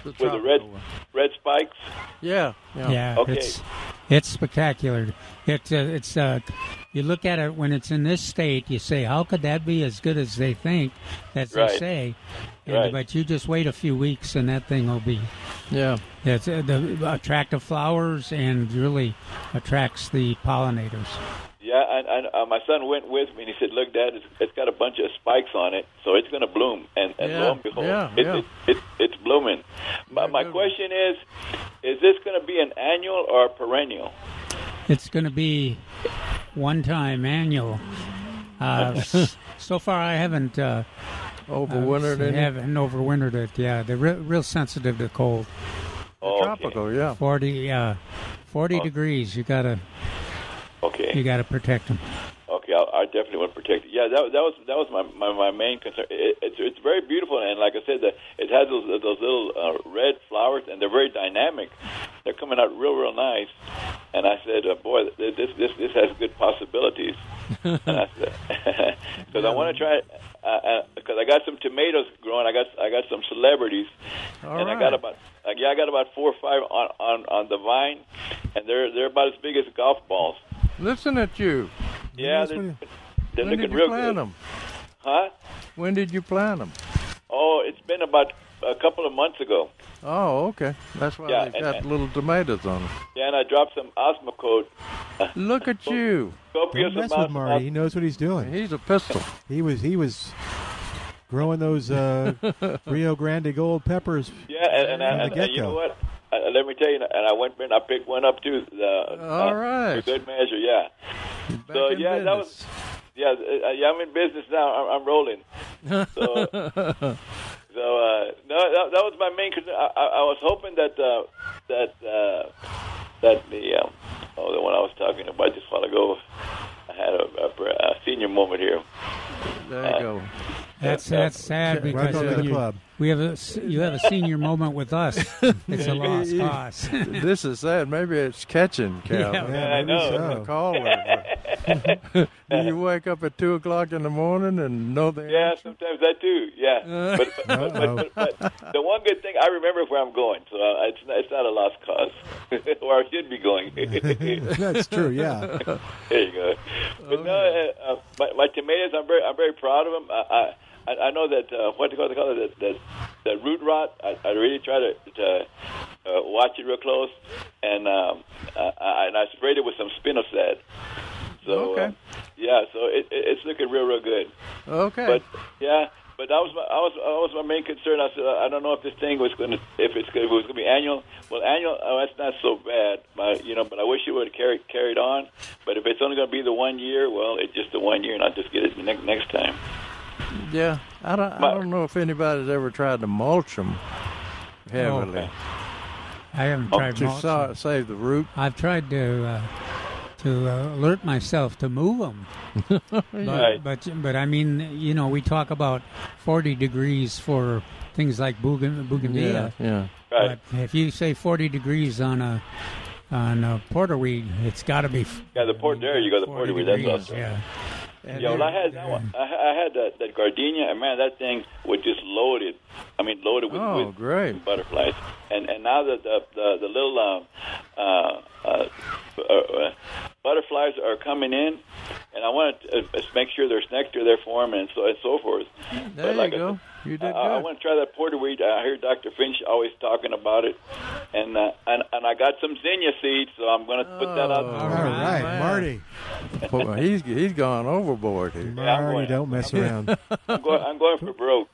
E: The
G: with the red
E: tropical one.
G: red spikes.
E: Yeah, yeah.
F: yeah,
G: Okay.
F: it's it's spectacular. It, uh, it's uh, you look at it when it's in this state, you say, how could that be as good as they think, as they
G: Right.
F: say? And,
G: Right.
F: But you just wait a few weeks, and that thing will be.
E: yeah.
F: It's, uh, the attractive flowers and really attracts the pollinators.
G: Yeah, and, and uh, my son went with me, and he said, "Look, Dad, it's, it's got a bunch of spikes on it, so it's going to bloom." And, and
E: Yeah,
G: lo and behold,
E: yeah,
G: it,
E: yeah.
G: It, it, it's blooming. My,
E: Very
G: my
E: good.
G: question is, is this going to be an annual or a perennial?
F: It's going to be one time annual. Uh, s- so far, I haven't uh,
E: Overwintered in it.
F: haven't overwintered it. Yeah, they're re- real sensitive to cold.
G: Oh,
E: tropical. Yeah.
F: Forty, uh, 40 degrees. You gotta
G: Okay,
F: you gotta protect them.
G: okay, I'll, I definitely want to protect it. Yeah, that, that was that was my my, my main concern. It, it's it's very beautiful, and like I said, the, it has those those little uh, red flowers, and they're very dynamic. They're coming out real real nice. And I said, uh, boy, th- this this this has good possibilities. and I said, because I want to try. Because I got some tomatoes growing, I got I got some celebrities,
E: All
G: and I
E: right.
G: got about uh, yeah, I got about four or five on, on on the vine, and they're they're about as big as golf balls.
E: Listen at you.
G: Yeah,
D: Yes,
G: they're,
D: when-
G: they're
E: When
G: looking
E: did you
G: real
E: plant
G: good.
E: them?
G: Huh?
E: When did you plant them?
G: Oh, it's been about a couple of months ago.
E: Oh, okay. That's why
G: Yeah,
E: they've
G: and-
E: got
G: and-
E: little tomatoes on them.
G: Yeah, and I dropped some osmocote.
E: Look at you.
G: Copious
D: Don't mess with
G: amounts of
D: Marty. He knows what he's doing.
E: He's a pistol.
D: He was he was growing those uh, Rio Grande gold peppers.
G: Yeah, and, and, I,
D: From
G: and,
D: the
G: and you
D: get-go.
G: know what? Uh, let me tell you, and I went and I picked one up too. Uh,
E: All
G: uh,
E: right.
G: for good measure. Yeah,
E: Back
G: So,
E: in
G: yeah, that was-
E: business.
G: yeah, uh, yeah. I'm in business now. I'm, I'm rolling. So, so uh, no, that, that was my main concern. I, I, I was hoping that uh, that uh, that the um, oh the one I was talking about just a while ago. I had a, a, br- a senior moment here. Uh,
E: There you go.
F: That's that's sad
D: Right
F: because
D: over the
F: you,
D: club.
F: we have a s- you have a senior moment with us. It's a lost cause.
E: this is sad. Maybe it's catching, Cal.
F: Yeah.
D: Yeah,
G: I
D: maybe
G: know.
D: so.
E: Call her. Do you wake up at two o'clock in the morning and know the
G: Yeah,
E: answer?
G: sometimes I do.
E: Uh,
G: Yeah, but, but, but,
D: Uh-oh.
G: but, but, but the one good thing I remember where I'm going, so uh, it's not, it's not a lost cause, where I should be going. there
D: That's true. Yeah.
G: you go. But no, uh, uh, my, my tomatoes, I'm very I'm very proud of them. I I, I know that uh, what do you call it? That that, that root rot. I, I really try to, to uh, watch it real close, and um, I, I, and I sprayed it with some spinosad. So
E: Okay.
G: um, yeah, so it, it, it's looking real real good.
E: Okay.
G: But yeah, but that was my I was that was my main concern. I said I don't know if this thing was going to if it's gonna, if it was going to be annual. Well, annual oh, that's not so bad, but you know, but I wish it would have carried carried on. But if it's only going to be the one year, well, it's just the one year, and I'll just get it next next time.
E: yeah, I don't. I
G: But-
E: don't know if anybody's ever tried to mulch them heavily
F: I haven't tried
E: to
F: mulch.
E: sa- save the root.
F: I've tried to uh, to uh, alert myself to move them. but,
G: Right.
F: but but I mean, you know, we talk about 40 degrees for things like bougain- bougainvillea.
E: yeah.
G: Right?
F: But if you say 40 degrees on a on a porterweed, it's got to be. f-
G: Yeah, the port- there you go, the
F: 40
G: porterweed, that's
F: degrees,
G: awesome.
F: Yeah.
E: And
G: yeah, well, I had that one. I, I had that, that gardenia, and man, that thing was just loaded. I mean, loaded with,
E: Oh,
G: with
E: great.
G: butterflies. And and now the the the, the little um, uh, uh, uh, uh, butterflies are coming in, and I want to uh, just make sure there's nectar there for them and so and so forth.
E: There you
G: I
E: go.
G: said,
E: You did
G: uh, I, I
E: good.
G: want to try that porterweed. I hear Dr. Finch always talking about it, and uh, and and I got some zinnia seeds, so I'm going to put that out.
E: Oh,
D: All right,
E: man.
D: Marty.
E: Boy, he's he's gone overboard here.
G: I'm
D: Marty,
G: going.
D: don't mess around.
G: I'm going, I'm going for broke.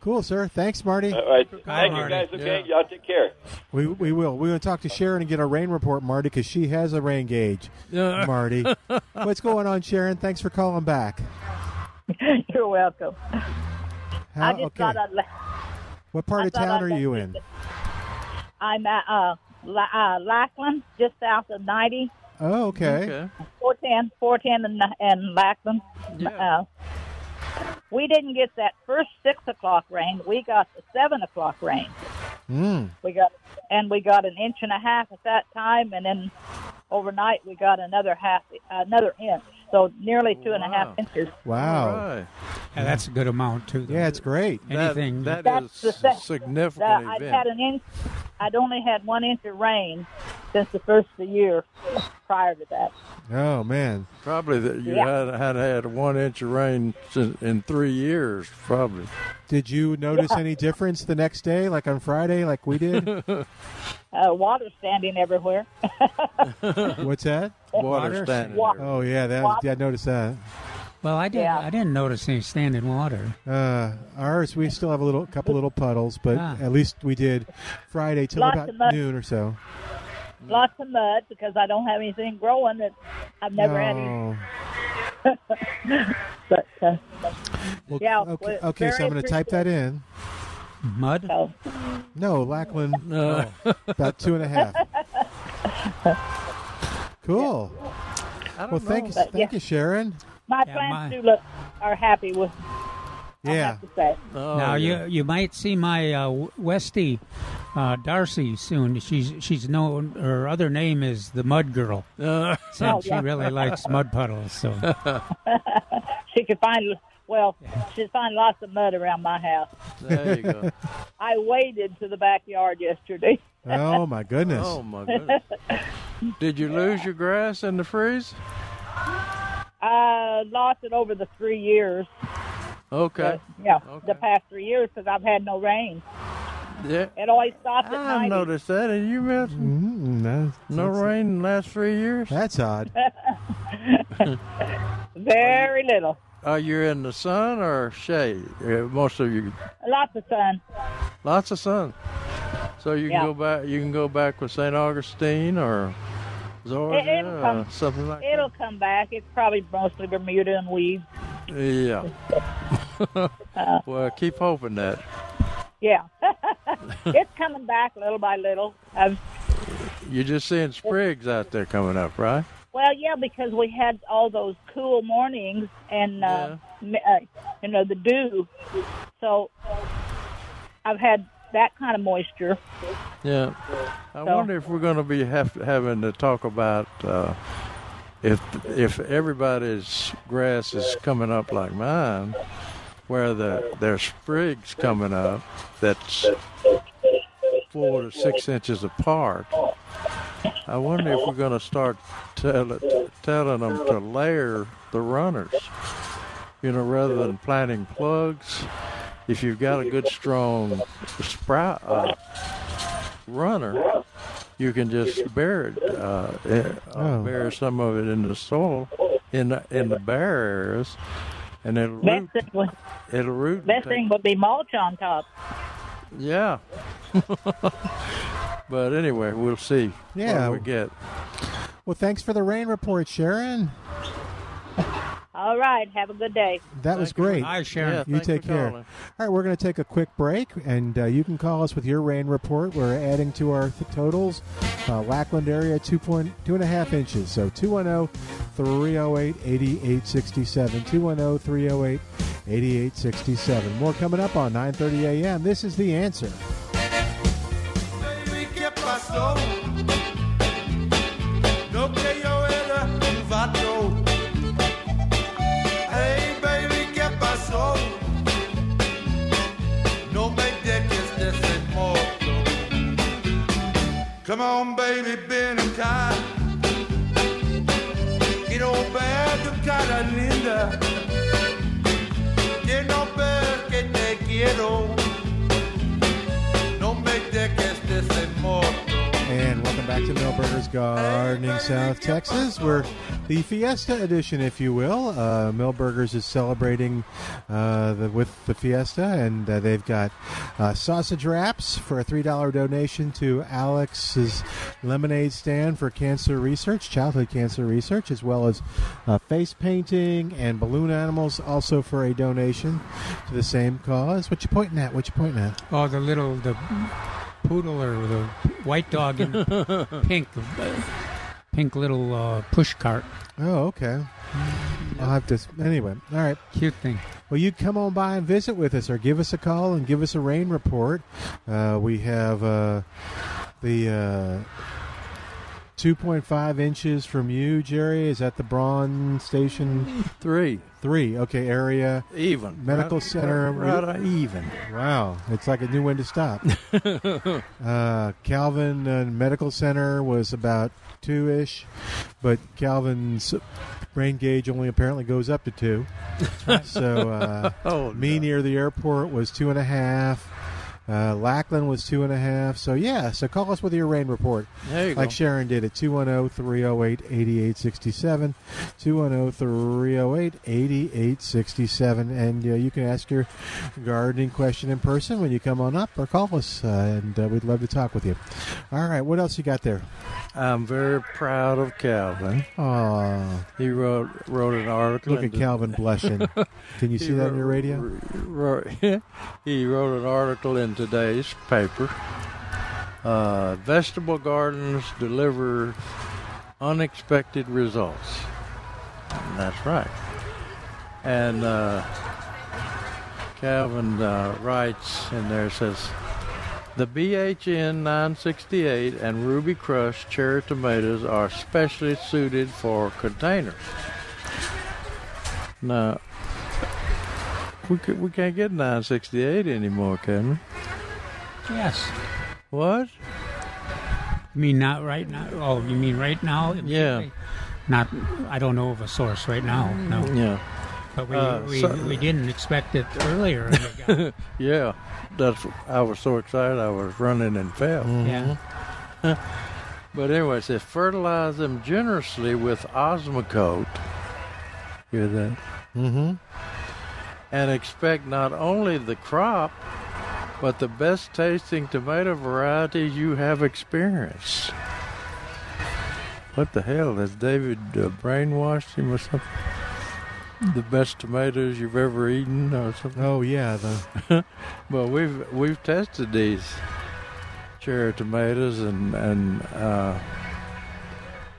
D: cool, sir. Thanks, Marty.
G: Oh. All right.
F: Bye,
G: Thank you
F: Marty.
G: guys. Okay,
E: Yeah.
G: y'all take care.
D: We, we will. We're going to talk to Sharon and get a rain report, Marty, because she has a rain gauge.
E: Yeah.
D: Marty, what's going on, Sharon? Thanks for calling back.
H: You're welcome.
D: How-
H: I just
D: okay.
H: thought I'd. La-
D: what part
H: I
D: of
H: thought
D: town
H: I'd
D: are
H: let
D: you
H: you
D: in?
H: get- I'm at uh, La- uh, Lackland, just south of 90,
D: Oh, okay.
E: Okay.
H: 410, 410 and, and Lackland.
E: Yeah.
H: Uh, we didn't get that first six o'clock rain. We got the seven o'clock rain.
D: Mm.
H: We got and we got an inch and a half at that time, and then overnight we got another half, another inch. So nearly two and a half
E: Wow.
H: inches.
D: Wow.
E: All right.
F: Yeah, that's a good amount too. though.
D: Yeah, it's great.
E: That-
F: anything.
E: that
H: That's
E: is
H: the
E: a
H: thing.
E: significant
H: That I'd
E: event.
H: had an inch. I'd only had one inch of rain since the first of the year prior to that.
D: Oh, man.
E: Probably that you
H: Yeah.
E: had had had one inch of rain sin- in three years. Probably.
D: Did you notice any difference the next day, like on Friday, like we did?
H: Uh, water standing everywhere.
D: What's that?
E: Water standing.
H: Water.
E: there.
D: Oh, yeah, that,
H: Water.
D: yeah, I noticed that.
F: Well, I didn't.
H: Yeah.
F: I didn't notice any standing water.
D: Uh, ours, we still have a little, couple little puddles, but
F: Ah.
D: at least we did Friday till
H: Lots of
D: about
H: mud.
D: noon or so.
H: Lots of mud because I don't have anything growing that I've never had. Any,
D: Oh.
H: but uh,
D: Well,
H: Yeah,
D: Okay,
H: well,
D: okay, so
H: very Oh.
D: I'm going to type that in.
F: Mud.
H: so
D: No, Lackland. Oh, No. About two and a half. cool.
E: I don't
D: Well,
E: know.
D: thank you,
H: But, yeah.
D: thank you, Sharon.
H: My
F: Yeah,
H: plants
F: my-
H: do look are happy with. I
D: Yeah.
H: have to say.
E: Oh,
F: now
E: yeah.
F: you you might see my uh, Westie uh, Darcy soon. She's she's known her other name is the Mud Girl.
E: Uh,
F: Said
H: Oh,
F: she
H: yeah.
F: really likes mud puddles. So
H: She could find well, she's find lots of mud around my house.
E: there you go.
H: I waded to the backyard yesterday.
D: Oh my goodness.
E: Oh my goodness. Did you lose your grass in the freeze?
H: I lost it over the three years. Uh,
E: Okay.
H: Yeah,
E: Okay.
H: the past three years because I've had no rain.
E: Yeah.
H: It always stops at
E: I
H: night.
E: noticed that. Did you mention
D: Mm, no,
E: no
D: that's,
E: rain in the last three years?
D: That's odd.
H: Very little.
E: Are you Uh, in the sun or shade? Uh, Most of you,
H: Lots of sun.
E: lots of sun. So you can
H: Yeah.
E: go back. You can go back with St. Augustine or Georgia
H: it'll
E: or
H: come-
E: Oh, something like
H: It'll come back. It's probably mostly Bermuda and weeds.
E: that. Yeah. well, keep hoping that.
H: Yeah. it's coming back little by little. I've,
E: You're just seeing sprigs out there coming up, right?
H: well, yeah, because we had all those cool mornings and, uh, m uh, you know, the dew. So I've had that kind of moisture.
E: Yeah. I
H: So-
E: wonder if we're going to be have, having to talk about uh, if if everybody's grass is coming up like mine, where the there's sprigs coming up that's four to six inches apart. I wonder if we're going to start tell, telling them to layer the runners, you know, rather than planting plugs. If you've got a good strong sprout, uh, runner, you can just bury it, uh, eh, uh,
D: Oh.
E: bury some of it in the soil, in the, in the bare areas, and it'll root.
H: Best, thing would,
E: It'll root. and
H: best
E: take-
H: thing would be mulch on top.
E: Yeah. but anyway, we'll see.
D: Yeah.
E: what we get.
D: Well, thanks for the rain report, Sharon.
H: All right. Have a good day.
D: That was great.
F: hi, Sharon.
E: Yeah,
D: You
E: thanks
D: take
E: for
D: care.
E: calling.
D: All right, we're going to take a quick break, and uh, you can call us with your rain report. We're adding to our th- totals. Uh, Lackland area, two point two and a half inches. So oh, 210 308 8867. 210 308 8867. More coming up on 9.30 a.m. This is The Answer.
I: Baby, ¿qué pasó? Lo que yo era un vato. Hey, baby, ¿qué pasó? No me dejes de ser morto. Come on, baby, ven acá. Quiero ver tu cara linda. Quiero ver que te quiero. No me dejes de ser morto.
D: And welcome back to Millburgers Gardening South Texas. We're the Fiesta edition, if you will. Uh, Millburgers is celebrating uh, the, with the Fiesta, and uh, they've got uh, sausage wraps for a $3 donation to Alex's Lemonade Stand for Cancer Research, Childhood Cancer Research, as well as uh, face painting and balloon animals, also for a donation to the same cause. What you pointing at? What you pointing at?
F: oh, the little the poodle or the white dog in pink pink little uh, push cart,
D: Oh, okay. I'll have to. Anyway, all right.
F: cute thing.
D: Well, you come on by and visit with us, or give us a call and give us a rain report. Uh, we have uh, the uh, 2.5 inches from you, Jerry. Is that the Braun Station
E: Three.
D: Three? Okay, area.
E: Even.
D: Medical
E: Right-
D: center-
E: Right, right even.
D: Wow, it's like it knew when to stop. uh, Calvin uh, Medical Center was about two ish, but Calvin's rain gauge only apparently goes up to two. so uh,
E: Oh,
D: me
E: no.
D: near the airport was two and a half. Uh, Lackland was two and a half. So, yeah, so call us with your rain report.
E: There you
D: like
E: go.
D: Sharon did at 210 308 8867. 210 308 8867. And uh, you can ask your gardening question in person when you come on up or call us, uh, and uh, we'd love to talk with you. All right, what else you got there?
E: I'm very proud of Calvin.
D: Oh,
E: He wrote wrote an article.
D: look
E: in
D: at
E: the-
D: Calvin blushing. Can you
E: he
D: see that in your
E: wrote-
D: radio?
E: wrote- he wrote an article in today's paper. Uh, vegetable gardens deliver unexpected results. That's right. And uh, Calvin uh, writes in there says, the BHN 968 and Ruby Crush cherry tomatoes are specially suited for containers. Now, we, could, we can't get 968 anymore, can we?
F: Yes.
E: What?
F: You mean not right now? Oh, you mean right now?
E: Yeah.
F: Not. I don't know of a source right now. No.
E: Yeah.
F: But we,
E: Uh,
F: we,
E: so-
F: we didn't expect it earlier. and we got it.
E: yeah, that's. I was so excited I was running and fell.
F: Yeah.
E: But anyway, it says fertilize them generously with Osmocote. Hear that?
D: Mm-hmm.
E: And expect not only the crop, but the best tasting tomato varieties you have experienced. What the hell? Has David uh, brainwashed him or something? The best tomatoes you've ever eaten or something?
D: Oh yeah, the
E: Well, we've we've tested these cherry tomatoes, and and uh,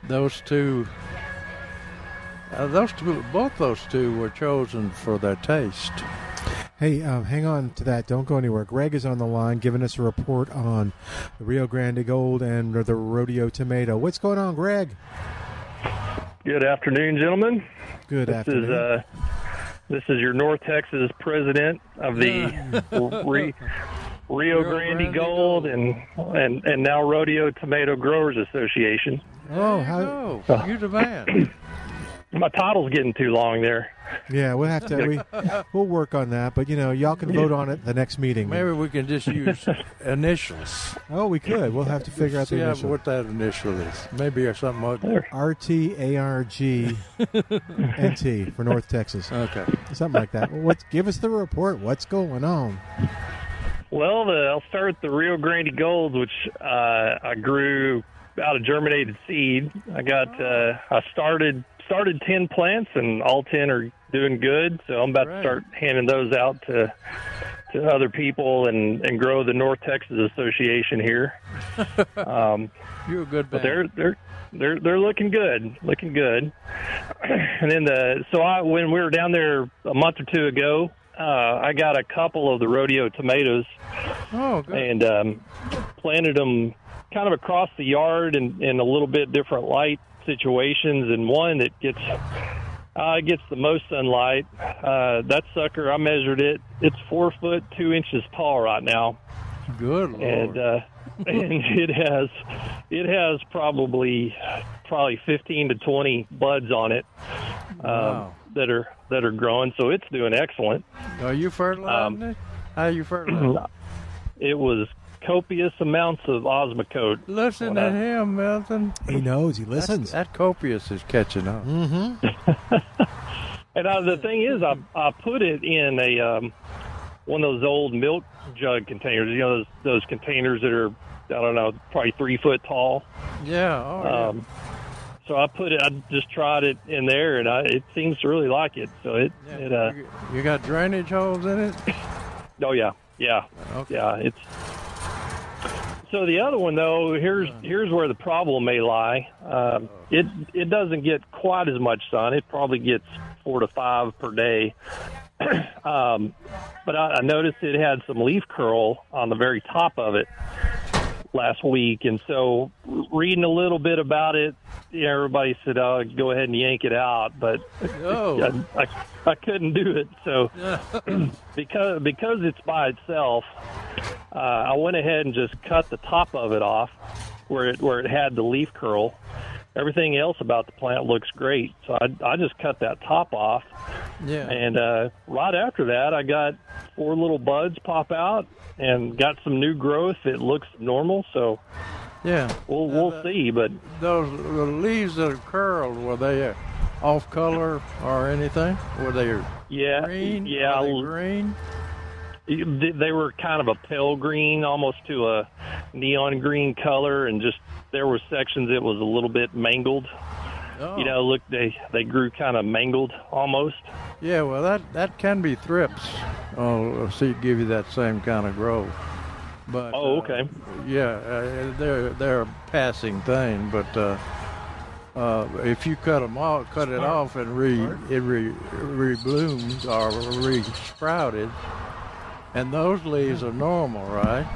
E: those two, uh, those two, both those two were chosen for their taste.
D: Hey, um, hang on to that. Don't go anywhere. Greg is on the line giving us a report on the Rio Grande Gold and the Rodeo Tomato. What's going on, Greg?
J: Good afternoon, gentlemen.
D: Good
J: this
D: afternoon.
J: Is, uh, this is your North Texas president of the Re- Rio, Grande, Gold, and, and and now Rodeo Tomato Growers Association.
D: Oh, how?
J: Uh,
E: You're the man.
J: My title's getting too long there.
D: Yeah, we'll have to. We, we'll work on that. But you know, y'all can vote on it the next meeting.
E: Maybe we can just use initials.
D: Oh, we could. We'll have to figure out the
E: See how-
D: initial.
E: what that initial is. Maybe or something. Other.
D: R T A R G N T for North Texas.
E: Okay,
D: something like that. Well, what? Give us the report. What's going on?
J: Well, the, I'll start with the Rio Grande Golds, which uh, I grew out of germinated seed. I got uh, I started started ten plants, and all ten are doing good. So I'm about to start handing those out to to other people and and grow the North Texas Association here. Um,
E: You're a good
J: but they're they're they're they're looking good, looking good. and then the so I when we were down there a month or two ago, uh, I got a couple of the rodeo tomatoes.
E: Oh,
J: And um, planted them kind of across the yard in, in a little bit different light situations, and one that gets. Uh, it gets the most sunlight. Uh, that sucker, I measured it. It's four foot two inches tall right now
E: good lord.
J: and uh, and it has it has probably probably 15 to 20 buds on it um,
E: Wow.
J: that are that are growing so it's doing excellent Um,
E: Are you fertilizing it? How you fertilizing? it?
J: it was copious amounts of osmocote
E: Listen uh, to
J: Well,
E: him, Milton.
D: He knows. He
E: listens. That, copious is catching up.
D: Mm-hmm.
J: and I, the thing is I, I put it in a um, one of those old milk jug containers you know those, those containers that are i don't know probably three foot tall
E: Yeah. Oh, yeah.
J: Um, so I put it. I just tried it in there, and I, it seems to really like it. So it, it uh,
E: You got drainage holes in it?
J: oh yeah, yeah,
E: Okay.
J: yeah. It's so the other one though. Here's here's where the problem may lie. Um, it it doesn't get quite as much sun. It probably gets four to five per day. um, but I, I noticed it had some leaf curl on the very top of it last week, and so reading a little bit about it, you know, everybody said, "Oh, go ahead and yank it out," but
E: No.
J: I, I, I couldn't do it. So because because it's by itself, uh, I went ahead and just cut the top of it off, where it where it had the leaf curl. Everything else about the plant looks great, so I, I just cut that top off.
E: Yeah.
J: And uh, right after that, I got four little buds pop out and got some new growth. It looks normal, so
E: Yeah.
J: we'll we'll see. But
E: Those the leaves that are curled, were they uh, off color or anything? Were they
J: yeah,
E: green?
J: yeah,
E: Are they
J: I'll-
E: green?
J: they they were kind of a pale green, almost to a neon green color, and just there were sections that was a little bit mangled.
E: Oh.
J: You know, look, they they grew kind of mangled almost.
E: Yeah, well, that, that can be thrips. Oh, see, give you that same kind of growth. But
J: Oh,
E: uh,
J: okay.
E: yeah, uh, they're they're a passing thing, but uh, uh, if you cut them off, cut it off, and re it re, re-bloomed or re-sprouted, and those leaves are normal, right?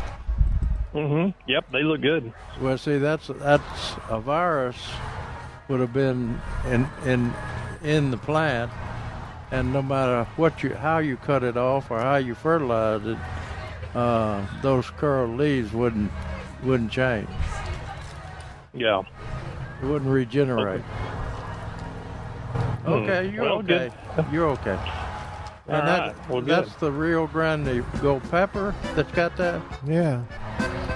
J: Mm-hmm. Yep, they look good.
E: Well, see, that's that's a virus would have been in in in the plant, and no matter what you how you cut it off or how you fertilize it, uh, those curled leaves wouldn't wouldn't change.
J: Yeah.
E: It wouldn't regenerate. Okay,
J: Hmm.
E: you're
J: Well,
E: okay.
J: good.
E: You're okay.
J: All
E: And that,
J: right. Well, good.
E: that's the Rio Grande Gold Pepper that's got that.
D: Yeah.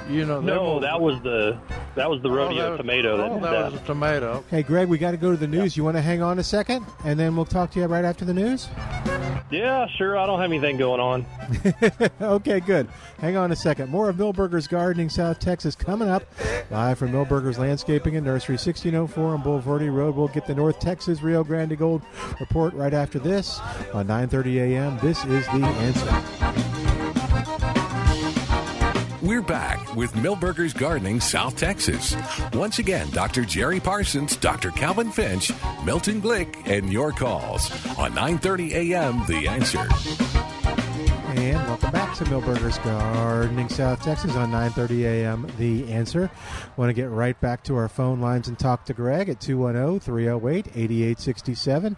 E: You know, they
J: No,
E: won't-
J: that was the Uh, that was the rodeo
E: was-
J: tomato that
E: oh,
J: did
E: that
J: that.
E: was a tomato.
D: Hey, Greg, we got to go to the news. You want to hang on a second, and then we'll talk to you right after the news.
J: Yeah, sure. I don't have anything going on.
D: okay, good. Hang on a second. More of Millburgers Gardening South Texas coming up live from Millburgers Landscaping and Nursery, 1604 on Boulevardy Road. We'll get the North Texas Rio Grande Gold report right after this on 9:30 a.m. This is the answer.
C: We're back with Millburgers Gardening South Texas. Once again, Dr. Jerry Parsons, Dr. Calvin Finch, Milton Glick, and your calls on 9:30 a.m. The Answer.
D: And welcome back to Millburgers Gardening South Texas on 9:30 a.m. The Answer. Want to get right back to our phone lines and talk to Greg at oh, 210-308-8867.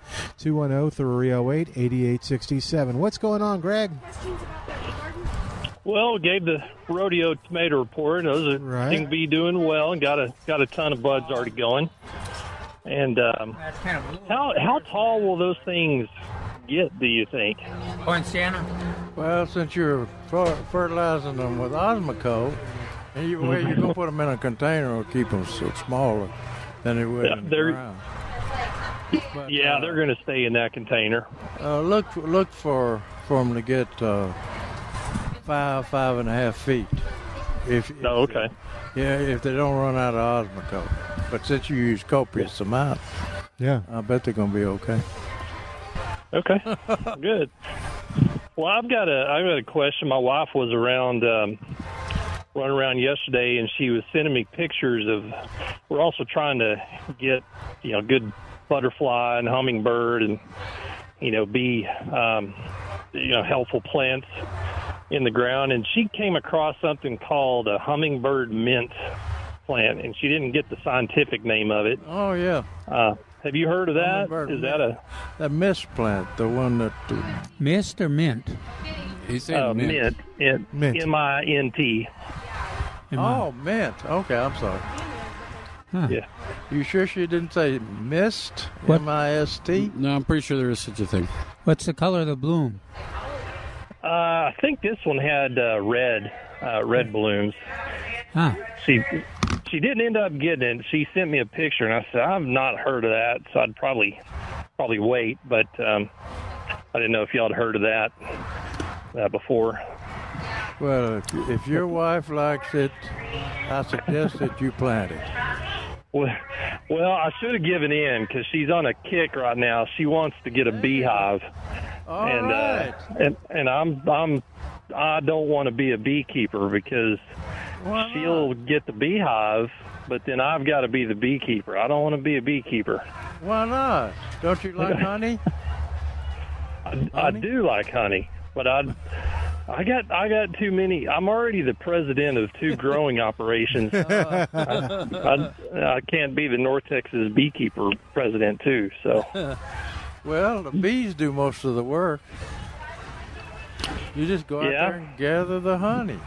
D: oh, 210-308-8867. What's going on, Greg?
J: Well, gave the rodeo tomato report. Those are, seem to be doing well, and got a got a ton of buds already going. And um, how how tall will those things get? Do you think?
F: Poinciana.
E: Well, since you're fer- fertilizing them with Osmocote, and you, well,
J: Mm-hmm.
E: you're going to put them in a container or keep them so smaller than they would
J: Yeah,
E: in the
J: they're-
E: ground.
J: yeah, they're going to stay in that container.
E: Uh, look, for- look for for them to get uh, five, five and a half feet. If, if
J: Oh, okay.
E: yeah, if they don't run out of Osmocote, but since you use copious amount,
D: yeah,
E: I bet they're going to be okay.
J: Okay, good. Well, I've got a I've got a question. My wife was around um, running around yesterday, and she was sending me pictures of. We're also trying to get you know good butterfly and hummingbird and you know bee um, you know helpful plants in the ground, and she came across something called a hummingbird mint plant, and she didn't get the scientific name of it.
E: Oh yeah.
J: Uh, have you heard of that? Is that a
E: that mist plant, the one that uh,
F: mist or mint?
E: He
J: Uh, mint. Mint.
E: Mint.
J: M-I-N-T.
E: Oh, mint. Okay, I'm sorry.
J: Yeah.
E: You sure she didn't say mist?
F: What?
E: M-I-S-T?
K: No, I'm pretty sure there is such a thing.
F: What's the color of the bloom?
J: Uh, I think this one had uh, red, uh, red blooms.
F: Huh.
J: She she didn't end up getting it. She sent me a picture, and I said I've not heard of that, so I'd probably probably wait. But um, I didn't know if y'all had heard of that that before.
E: Well, if, if your wife likes it, I suggest that you plant it.
J: Well, well, I should have given in because she's on a kick right now. She wants to get a beehive, and
E: right.
J: uh, and and I'm I'm I don't want to be a beekeeper because she'll get the beehive, but then I've got to be the beekeeper. I don't want to be a beekeeper.
E: Why not? Don't you like honey?
J: I, I do like honey, but I I got I got too many. I'm already the president of two growing operations. I, I, I can't be the North Texas beekeeper president too. So
E: Well, the bees do most of the work. You just go out
J: Yeah.
E: there and gather the honey.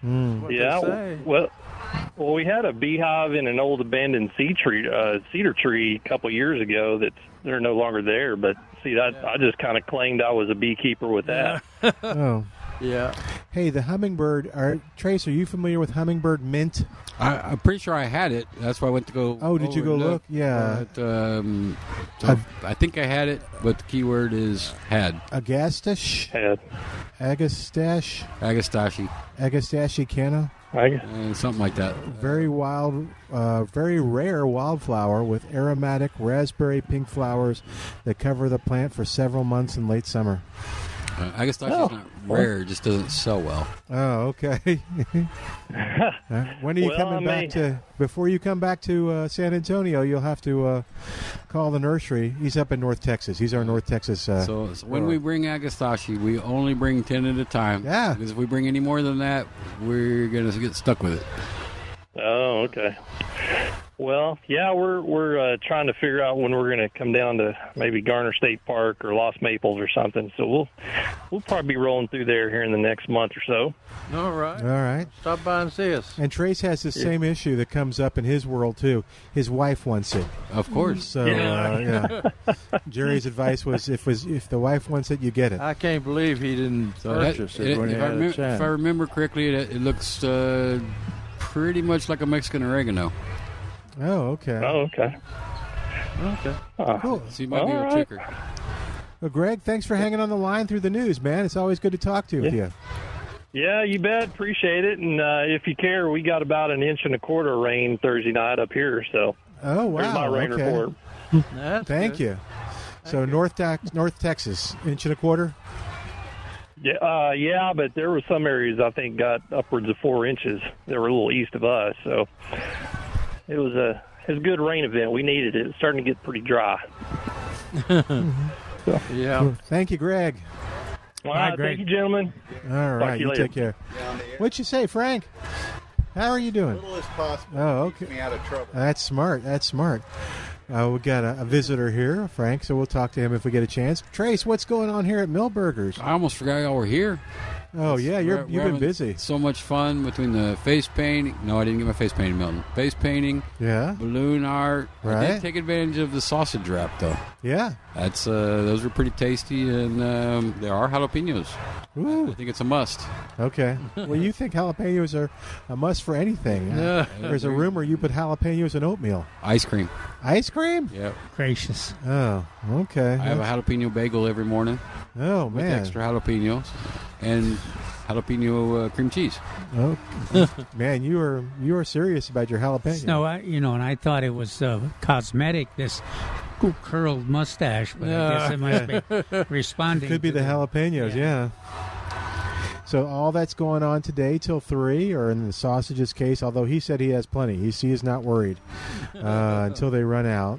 E: What they
J: yeah,
E: say.
J: well, well, we had a beehive in an old abandoned cedar tree, uh, cedar tree a couple of years ago. That's they're no longer there. But see, that I just kind of claimed I was a beekeeper with that.
D: Oh.
E: Yeah.
D: Hey, the hummingbird. Are, Trace, are you familiar with hummingbird mint?
K: I, I'm pretty sure I had it. That's why I went to go.
D: Oh, did you
K: over and
D: go look? Yeah.
K: But, um, so I think I had it, but the keyword is had.
D: Agastache?
J: Had.
D: Agastache?
K: Agastache.
D: Agastachicana?
K: Uh, something like that.
D: Very wild, uh, very rare wildflower with aromatic raspberry pink flowers that cover the plant for several months in late summer.
K: Uh, I guess that's
D: Oh.
K: not rare; it just doesn't sell well.
D: Oh, okay. Uh, when are you
K: Well,
D: coming
K: I
D: back
K: mean-
D: to? Before you come back to uh, San Antonio, you'll have to uh, call the nursery. He's up in North Texas. He's our North Texas. Uh,
K: So, so when we bring agasashi, we only bring ten at a time. Yeah, because if we bring any more than that, we're gonna get stuck with it.
J: Oh, okay. Well, yeah, we're we're uh, trying to figure out when we're going to come down to maybe Garner State Park or Lost Maples or something. So we'll we'll probably be rolling through there here in the next month or so.
E: All right.
D: all right.
E: Stop by and see us.
D: And Trace has the same issue that comes up in his world too. His wife wants it,
K: of course.
D: So
E: Yeah.
D: Uh, yeah. Jerry's advice was if was if the wife wants it, you get it.
E: I can't believe he didn't
K: So that-
E: purchase
K: it-
E: it, when he
K: if, I
E: had
K: remem-
E: a chance.
K: if I remember correctly, it, it looks uh, pretty much like a Mexican oregano.
D: Oh, okay.
J: Oh, okay.
E: Okay.
D: Cool.
K: So you might be a
D: All right.
K: tricker.
D: Well, Greg, thanks for hanging on the line through the news, man. It's always good to talk to you with
J: Yeah.
D: you.
J: Yeah, you bet. Appreciate it. And uh, if you care, we got about an inch and a quarter of rain Thursday night up here. So
D: Oh wow!
J: There's my rain
D: okay.
J: report.
D: Thank you. So North Tex- North Texas, inch and a quarter.
J: yeah, uh, yeah, but there were some areas I think got upwards of four inches. They were a little east of us, so it was a it was a good rain event. We needed it. It's starting to get pretty dry.
E: Yeah.
D: Thank you, Greg.
J: All right, thank you, gentlemen.
D: All
J: Talk
D: right,
J: to
D: you,
J: later.
D: take care. What you say, Frank? How are you doing?
L: Little as possible.
D: Oh,
L: Keeps
D: okay.
L: me out of trouble.
D: That's smart. That's smart. Uh, we got a, a visitor here, Frank. So we'll talk to him if we get a chance. Trace, what's going on here at Millburgers?
K: I almost forgot y'all were here.
D: Oh yeah, you're,
K: We're-
D: you've
K: we're
D: been
K: having
D: busy.
K: So much fun between the face painting. No, I didn't get my face painting, Milton. Face painting,
D: Yeah,
K: balloon art. I
D: Right.
K: did take advantage of the sausage wrap though.
D: yeah.
K: That's uh, those were pretty tasty, and um, there are jalapenos.
D: Ooh.
K: I think it's a must.
D: Okay. well, you think jalapenos are a must for anything?
K: Yeah.
D: There's a rumor you put jalapenos in oatmeal.
K: Ice cream.
D: Ice cream?
K: Yep.
F: Gracious.
D: Oh, okay.
K: I have a jalapeno bagel every morning.
D: Oh
K: with
D: man.
K: extra jalapenos and jalapeno uh, cream cheese.
D: Oh, man, you are you are serious about your jalapeno.
F: No, I, you know, and I thought it was uh, cosmetic. This curled mustache, but I guess it must be responding.
D: Could be
F: to
D: the jalapenos, yeah. So all that's going on today till three, or in the sausages case. Although he said he has plenty, he, he is not worried uh, until they run out.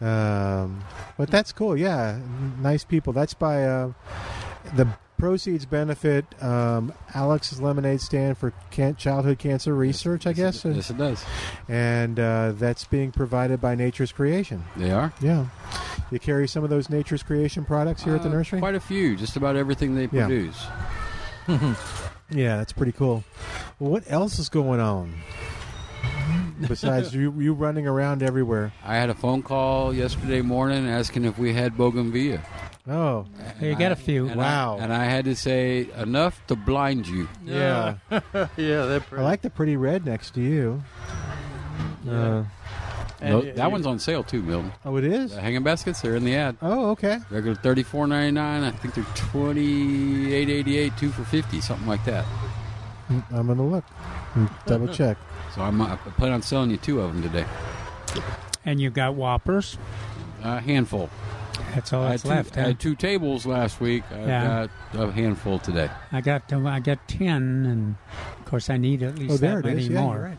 D: Um, but that's cool, yeah. n- Nice people. That's by uh, the proceeds benefit um, Alex's Lemonade Stand for can- Childhood Cancer Research, I guess.
K: Yes, it does.
D: And uh, that's being provided by Nature's Creation.
K: They are
D: Yeah. You carry some of those Nature's Creation products here at the
K: Uh,
D: nursery?
K: Quite a few, just about everything they
D: Yeah.
K: produce.
D: yeah, that's pretty cool. Well, what else is going on besides you, you running around everywhere?
K: I had a phone call yesterday morning asking if we had bougainvillea.
D: Oh,
F: you got a few.
K: And I- and I had to say enough to blind you.
D: Yeah.
E: yeah, they're
D: I
E: pretty.
D: like the pretty red next to you. Uh,
K: No,
E: And-
K: that one's on sale too, Milton.
D: Oh, it is.
K: The hanging baskets they're in the ad.
D: Oh, okay.
K: Regular thirty four ninety nine. I think they're twenty eight eighty eight, two for fifty, something like that.
D: I'm going to look. Double check.
K: So I'm, uh, I plan on selling you two of them today.
F: And you've got whoppers.
K: A handful.
F: That's all
K: I had
F: that's
K: two-
F: left.
K: I
F: huh?
K: had two tables last week. I've
F: Yeah.
K: got a handful today.
F: I got to, I got ten, and of course I need at least
D: Oh, there
F: that
D: it
F: many
D: is. Yeah,
F: more.
D: you're right.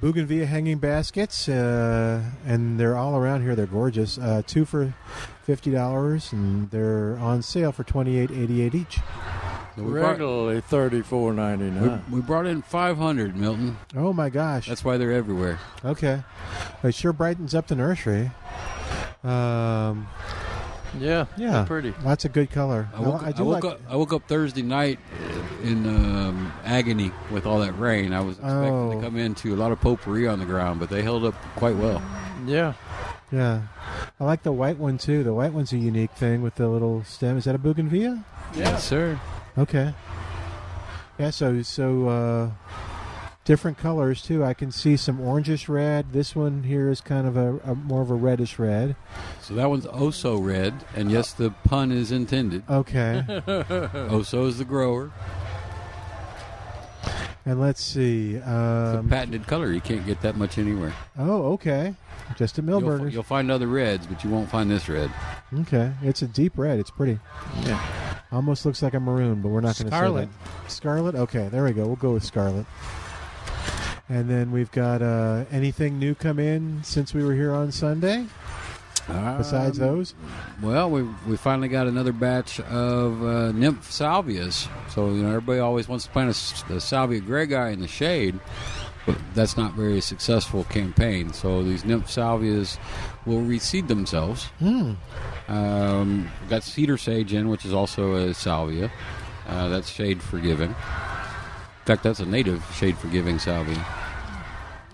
D: Bougainvillea hanging baskets, uh, and they're all around here. They're gorgeous. Uh, two for fifty dollars, and they're on sale for twenty eight eighty eight each.
E: regularly thirty four ninety
K: We,
E: nine.
K: we brought in 500, Milton.
D: Oh my gosh!
K: That's why they're everywhere.
D: Okay, it sure brightens up the nursery. Um,
E: Yeah,
D: yeah,
E: they're pretty.
D: Lots of good color.
K: I woke,
D: I,
K: I
D: do
K: woke
D: like.
K: up, I woke up Thursday night in um, agony with all that rain. I was expecting
D: Oh.
K: to come into a lot of potpourri on the ground, but they held up quite well.
E: Yeah,
D: Yeah, I like the white one too. The white one's a unique thing with the little stem. Is that a bougainvillea?
K: Yes, sir.
D: Okay. Yeah, so so uh, different colors too. I can see some orangish red. This one here is kind of a, a more of a reddish red.
K: So that one's Oso red, and yes, the pun is intended.
D: Uh, Okay.
K: Oso is the grower.
D: And let's see.
K: It's a
D: Um,
K: patented color. You can't get that much anywhere.
D: uh, oh, okay. Just a
K: You'll, fi-
D: Millburgers.
K: you'll find other reds, but you won't find this red.
D: Okay, it's a deep red. It's pretty. Yeah, almost looks like a maroon, but we're not going to
K: Scarlet.
D: Scarlet. Okay, there we go. We'll go with scarlet. And then we've got uh, anything new come in since we were here on Sunday? Besides
K: Um,
D: those,
K: Well, we we finally got another batch of uh, nymph salvias. So you know, everybody always wants to plant a, s- a salvia gregi in the shade, but that's not very successful campaign. So these nymph salvias will reseed themselves.
D: Hmm.
K: Um, got cedar sage in, which is also a salvia. Uh, that's shade forgiving. In fact, that's a native shade forgiving salvia.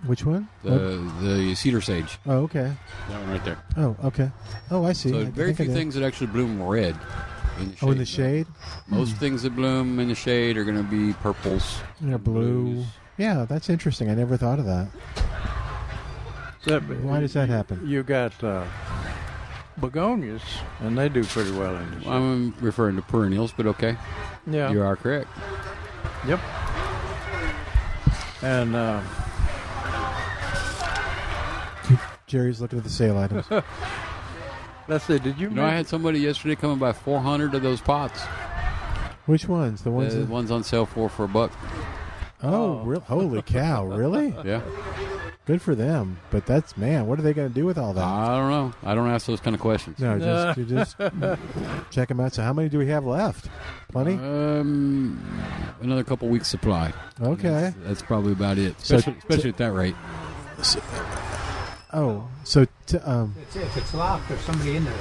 D: which one?
K: The the cedar sage.
D: oh, okay.
K: That one right there.
D: Oh, okay. Oh, I see.
K: So
D: I
K: very
D: think I did.
K: few things that actually bloom red. In the
D: Oh, in the shade. Hmm.
K: Most things that bloom in the shade are going to be purples.
D: Yeah, blue. Yeah, that's interesting. I never thought of that. Why does that happen?
E: You got uh, begonias, and they do pretty well in this.
K: I'm referring to perennials, but okay.
E: Yeah.
K: You are correct.
E: Yep. And
K: Um,
E: uh,
D: Jerry's looking at the sale items.
E: that's it. Did you,
K: You know, I had somebody yesterday coming by 400 of those pots.
D: Which ones? The ones.
K: the
D: that,
K: ones on sale for for a buck.
D: oh, real, holy cow! Really?
K: Yeah.
D: Good for them. But that's man. What are they going to do with all that?
K: I don't know. I don't ask those kind of questions.
D: No, just, you just check them out. So, how many do we have left? Plenty.
K: Um, another couple weeks supply.
D: Okay.
K: That's, that's probably about it.
D: So-
K: Especially, especially at that rate.
D: Oh, so t- um,
F: That's it. If it's locked, there's somebody in there.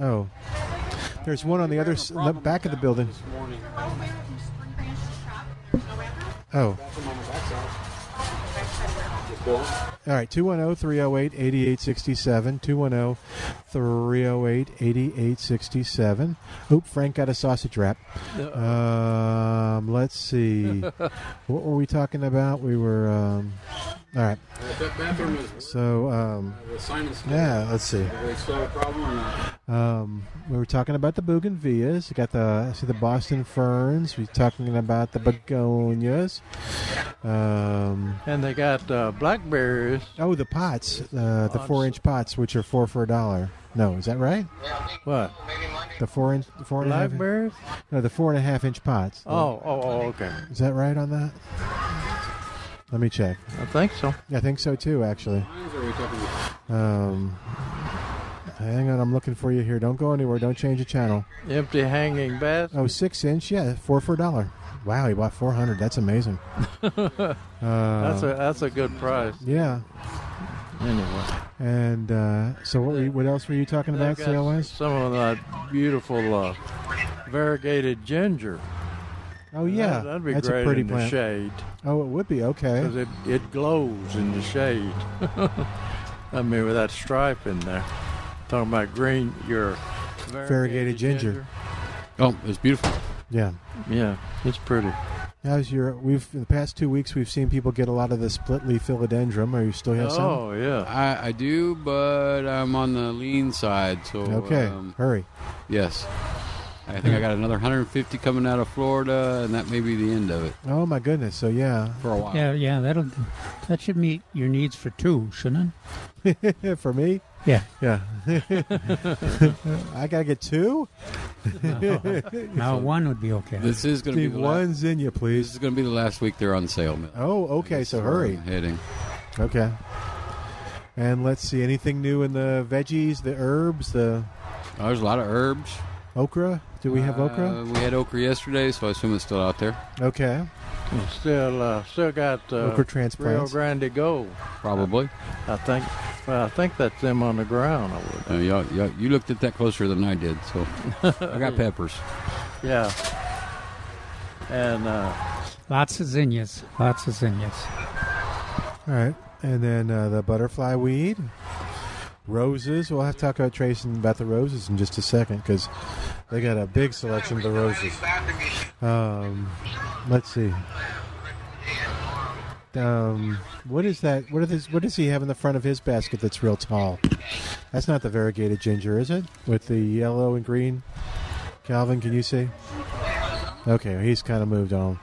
D: oh, there's one on the other s- the back of the building. Oh. All right, oh, 210 308 8867. 210 308 8867. Oop, Frank got a sausage wrap. Um, let's see. what were we talking about? We were. Um, all right.
K: That bathroom is-
D: So, um,
K: The sinus-
D: yeah, let's see.
K: Everybody solve a problem or not?
D: Um, we were talking about the bougainvilleas. We got the I see the Boston ferns. We're talking about the begonias. Um,
E: and they got uh, blackberries.
D: Oh, the pots, uh, the four-inch pots, which are four for a dollar. No, is that right?
E: What?
D: The four-inch, the four and a half-
E: Blackberries?
D: No, the four and a half-inch pots.
E: Oh, oh, oh, okay.
D: is that right on that? Let me check.
E: I think so.
D: I think so too, actually.
K: Lines, or are we talking about-
D: Um, hang on, I'm looking for you here. Don't go anywhere. Don't change the channel.
E: Empty hanging baskets.
D: Oh, six inch, yeah, four for a dollar. Wow, he bought four hundred. That's amazing. Uh,
E: that's a that's a good price.
D: yeah.
E: Anyway.
D: And uh, so, what, were you, what else were you talking
E: They've
D: about,
E: got
D: sale wise?
E: Some of that beautiful uh, variegated ginger.
D: Oh yeah,
E: That- that'd be
D: that's
E: great
D: a pretty
E: in
D: plant.
E: the shade
D: Oh, it would be okay.
E: because it, it glows in the shade. I mean, with that stripe in there. Talking about green, your
D: Variegated ginger.
K: Oh, it's beautiful.
D: Yeah.
E: Yeah, it's pretty.
D: How's your? We've in the past two weeks we've seen people get a lot of the split leaf philodendron. Or you still have some?
E: yeah.
K: I, I do, but I'm on the lean side, so
D: Okay,
K: um,
D: hurry.
K: Yes, I think I got another 150 coming out of Florida, and that may be the end of it
D: Oh my goodness. So yeah,
K: for a while.
F: Yeah, yeah, that'll that should meet your needs for two, shouldn't
D: it? for me.
F: Yeah.
D: Yeah. I gotta get two.
F: now Uh, one would be okay.
K: This is going to be
D: Steve,
K: the la-
D: one's in you, please.
K: This is going to be the last week they're on sale. Mill.
D: Oh, okay. So hurry.
K: I'm heading.
D: Okay. And let's see anything new in the veggies, the herbs, the
K: Oh, there's a lot of herbs.
D: okra. Do we have okra?
K: Uh, we had okra yesterday, so I assume it's still out there.
D: Okay.
E: Still, uh, still got uh,
D: Okra transplants.
E: Rio Grande Gold.
K: Probably.
E: I think. Well, I think that's them on the ground. I would.
K: Uh, y'all, y'all, you looked at that closer than I did, so I got peppers.
E: Yeah. And uh,
F: Lots of zinnias. Lots of zinnias.
D: All right. And then uh, the butterfly weed, roses. We'll have to talk about Tracing about the roses in just a second because they got a big selection of the roses. Um, let's see. Um, what is that? What, are this, what does he have in the front of his basket that's real tall? That's not the variegated ginger, is it? With the yellow and green. Calvin, can you see? Okay, he's kind of moved on.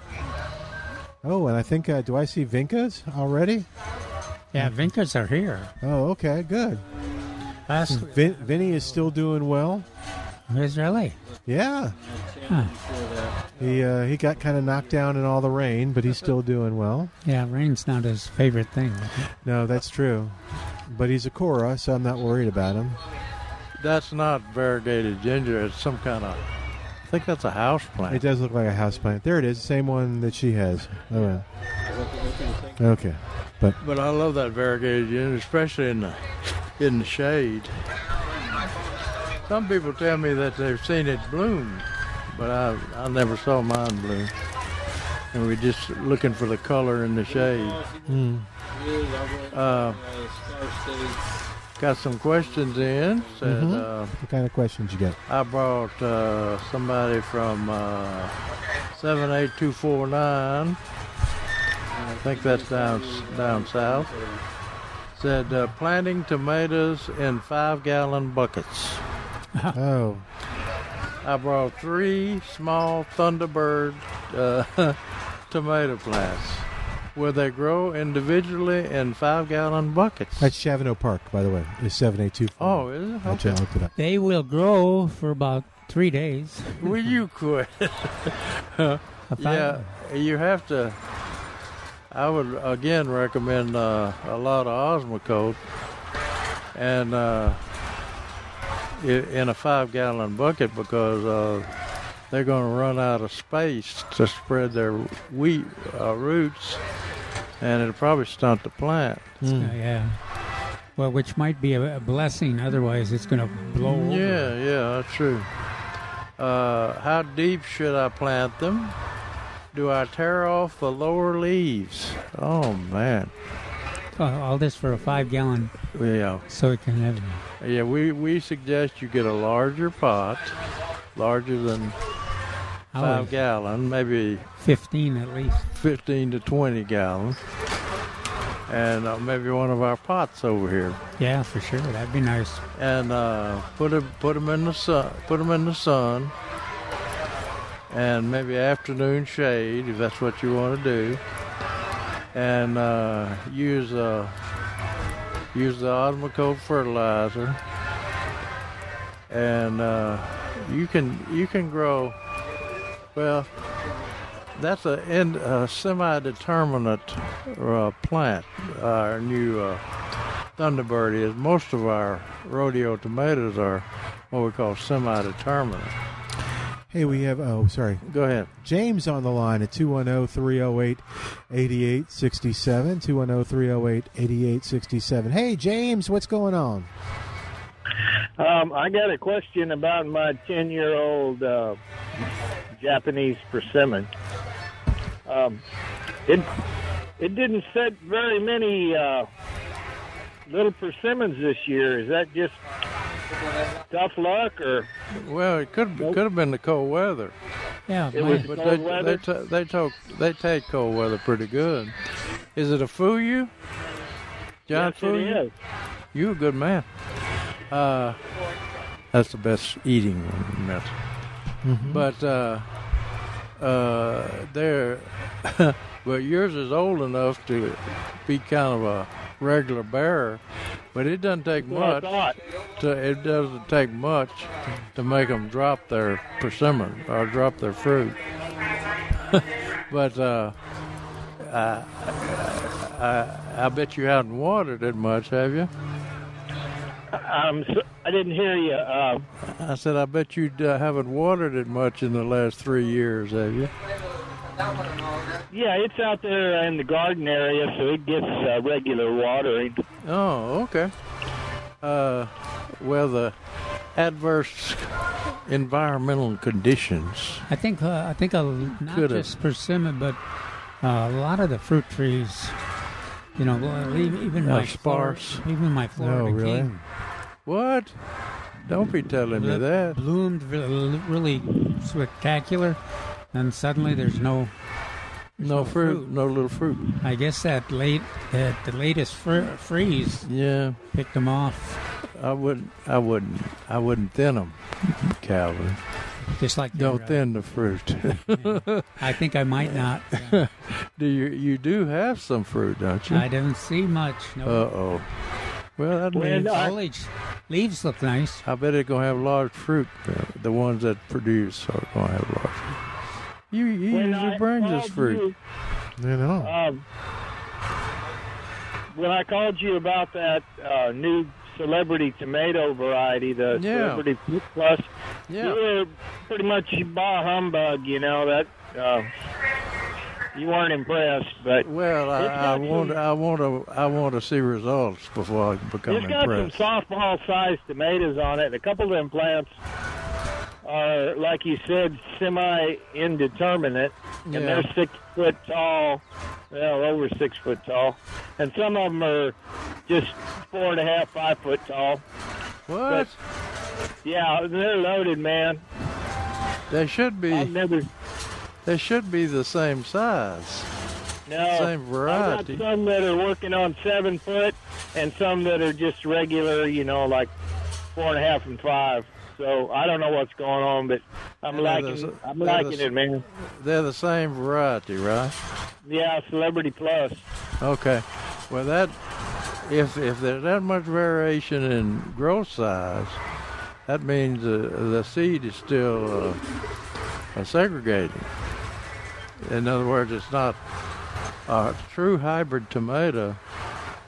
D: Oh, and I think uh, do I see Vinkas already?
F: Yeah, Vincas are here.
D: Oh, okay, good.
F: Last-
D: Vin, Vinny is still doing well.
F: Is really?
D: Yeah. He uh, he got kind of knocked down in all the rain, but he's still doing well.
F: Yeah, rain's not his favorite thing.
D: No, that's true. But he's a Cora, so I'm not worried about him.
E: That's not variegated ginger. It's some kind of. I think that's a house plant.
D: It does look like a house plant. There it is, same one that she has. Oh, yeah. Okay, but
E: But I love that variegated ginger, especially in the in the shade. Some people tell me that they've seen it bloom, but I I never saw mine bloom. And we're just looking for the color in the shade.
D: Mm.
E: Uh, got some questions in. Said,
D: Mhm.
E: uh,
D: what kind of questions you got?
E: I brought uh, somebody from uh, 78249. I think that's down down south. Said uh, planting tomatoes in five gallon buckets.
D: oh,
E: I brought three small Thunderbird uh, tomato plants where they grow individually in five gallon buckets.
D: that's Chavano Park, by the way. Is seven eight two four.
E: Oh, is it?
D: I just looked it up.
F: They will grow for about three days.
E: Will you quit? yeah, you have to. I would again recommend uh, a lot of Osmocote, and uh, i- in a five-gallon bucket because uh, they're going to run out of space to spread their wheat uh, roots, and it'll probably stunt the plant.
F: Uh, yeah. Well, which might be a, a blessing. Otherwise, it's going to blow over.
E: Yeah, yeah, that's true. Uh, how deep should I plant them? Do I tear off the lower leaves? Oh man,
F: Uh, all this for a five gallon.
E: Yeah.
F: So it can have.
E: yeah. We we suggest you get a larger pot, larger than
F: I
E: five
F: would-
E: gallon, maybe
F: 15 Oh. at least.
E: 15 to 20 gallon, and uh, maybe one of our pots over here.
F: Yeah, for sure. That'd be nice.
E: and uh, put them put 'em in the sun, put 'em in the sun, and maybe afternoon shade if that's what you want to do, and uh, use uh, use the Osmocote fertilizer, and uh, you can you can grow well. That's a, in, a semi-determinate uh, plant. Our new uh, Thunderbird is most of our rodeo tomatoes are what we call semi-determinate.
D: Hey, we have. Oh, sorry.
E: Go ahead.
D: James on the line at oh, 210 308 8867. 210 308 8867. Hey, James, what's going on?
L: Um, I got a question about my 10 year old uh, Japanese persimmon. Um, it, it didn't set very many uh, little persimmons this year. Is that just tough luck or?
E: Well, it could could have been the cold weather.
F: Yeah,
L: It was
E: but
L: cold
E: they,
L: weather?
E: They, ta- they, took, they take cold weather pretty good. Is it a Fuyu? John
L: Yes, it
E: Fuyu?
L: is.
E: You a good man. Uh, that's the best eating one method. But uh, uh, they're but yours is old enough to be kind of a regular bearer, but it doesn't take
L: That's what I
E: much. To, it doesn't take much to make them drop their persimmon or drop their fruit. but uh, I, I, I bet you haven't watered it much, have you?
L: Um, so, I didn't hear you. Uh,
E: I said, I bet you uh, haven't watered it much in the last three years, have you?
L: yeah, it's out there in the garden area, so it gets uh, regular watering.
E: Oh, okay. Uh, well, the adverse environmental conditions.
F: I think uh, I think a, not
E: Coulda.
F: just persimmon, but uh, a lot of the fruit trees. You know, well, e- even
E: Are
F: my Flor-
E: sparse.
F: even my Florida
E: No, really?
F: king
E: What? Don't be telling me
F: blo-
E: that.
F: bloomed re- really spectacular, and suddenly there's no
E: No fruit, no little fruit.
F: I guess that late that the latest fr- freeze.
E: Yeah,
F: picked them off.
E: I wouldn't. I wouldn't. I wouldn't thin them, Calvin.
F: Just like
E: don't
F: your, uh,
E: thin the fruit.
F: I think I might not. yeah.
E: do you you do have some fruit, don't you?
F: I didn't see much. No.
E: Uh oh. Well, that
F: Well,
E: means
F: no, I- Foliage. leaves look nice.
E: I bet it's gonna have large fruit. uh, The ones that produce are gonna have large. fruit. You, you
L: When
E: usually
L: I
E: bring this
L: called
E: fruit.
D: You know.
L: Um, when I called you about that uh, new celebrity tomato variety, the
E: Yeah.
L: celebrity plus,
E: Yeah.
L: you were pretty much bah humbug. You know that uh, you weren't impressed, but
E: well, I, I want I want to I want to see results before I become
L: It's got
E: impressed.
L: some softball-sized tomatoes on it. and A couple of them plants are, like you said, semi-indeterminate,
E: Yeah.
L: and they're six foot tall, well over six foot tall, and some of them are just four and a half, five foot tall.
E: What?
L: yeah, they're loaded, man.
E: They should be.
L: I've never.
E: They should be the same size.
L: No,
E: Same variety.
L: I got some that are working on seven foot, and some that are just regular, you know, like four and a half and five. So I don't know what's going on, but I'm
E: Yeah,
L: liking,
E: there's-
L: I'm
E: there's-
L: liking it, man.
E: They're the same variety, right?
L: Yeah, Celebrity Plus.
E: Okay. Well, that if if there's that much variation in growth size, that means uh, the seed is still uh, uh, segregating. In other words, it's not a true hybrid tomato.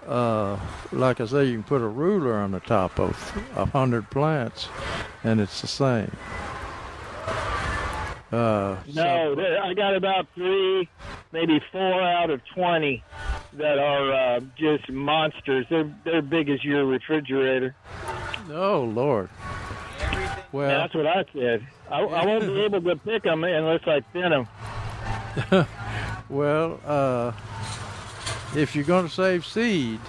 E: Uh, like I say, you can put a ruler on the top of a hundred plants, and it's the same. Uh,
L: No, there- I got about three, maybe four out of twenty that are uh, just monsters. They're they're big as your refrigerator.
E: Oh Lord. Well,
L: that's what I said. I, I won't be able to pick eh, them unless I thin them.
E: Well, uh, if you're going to save seed,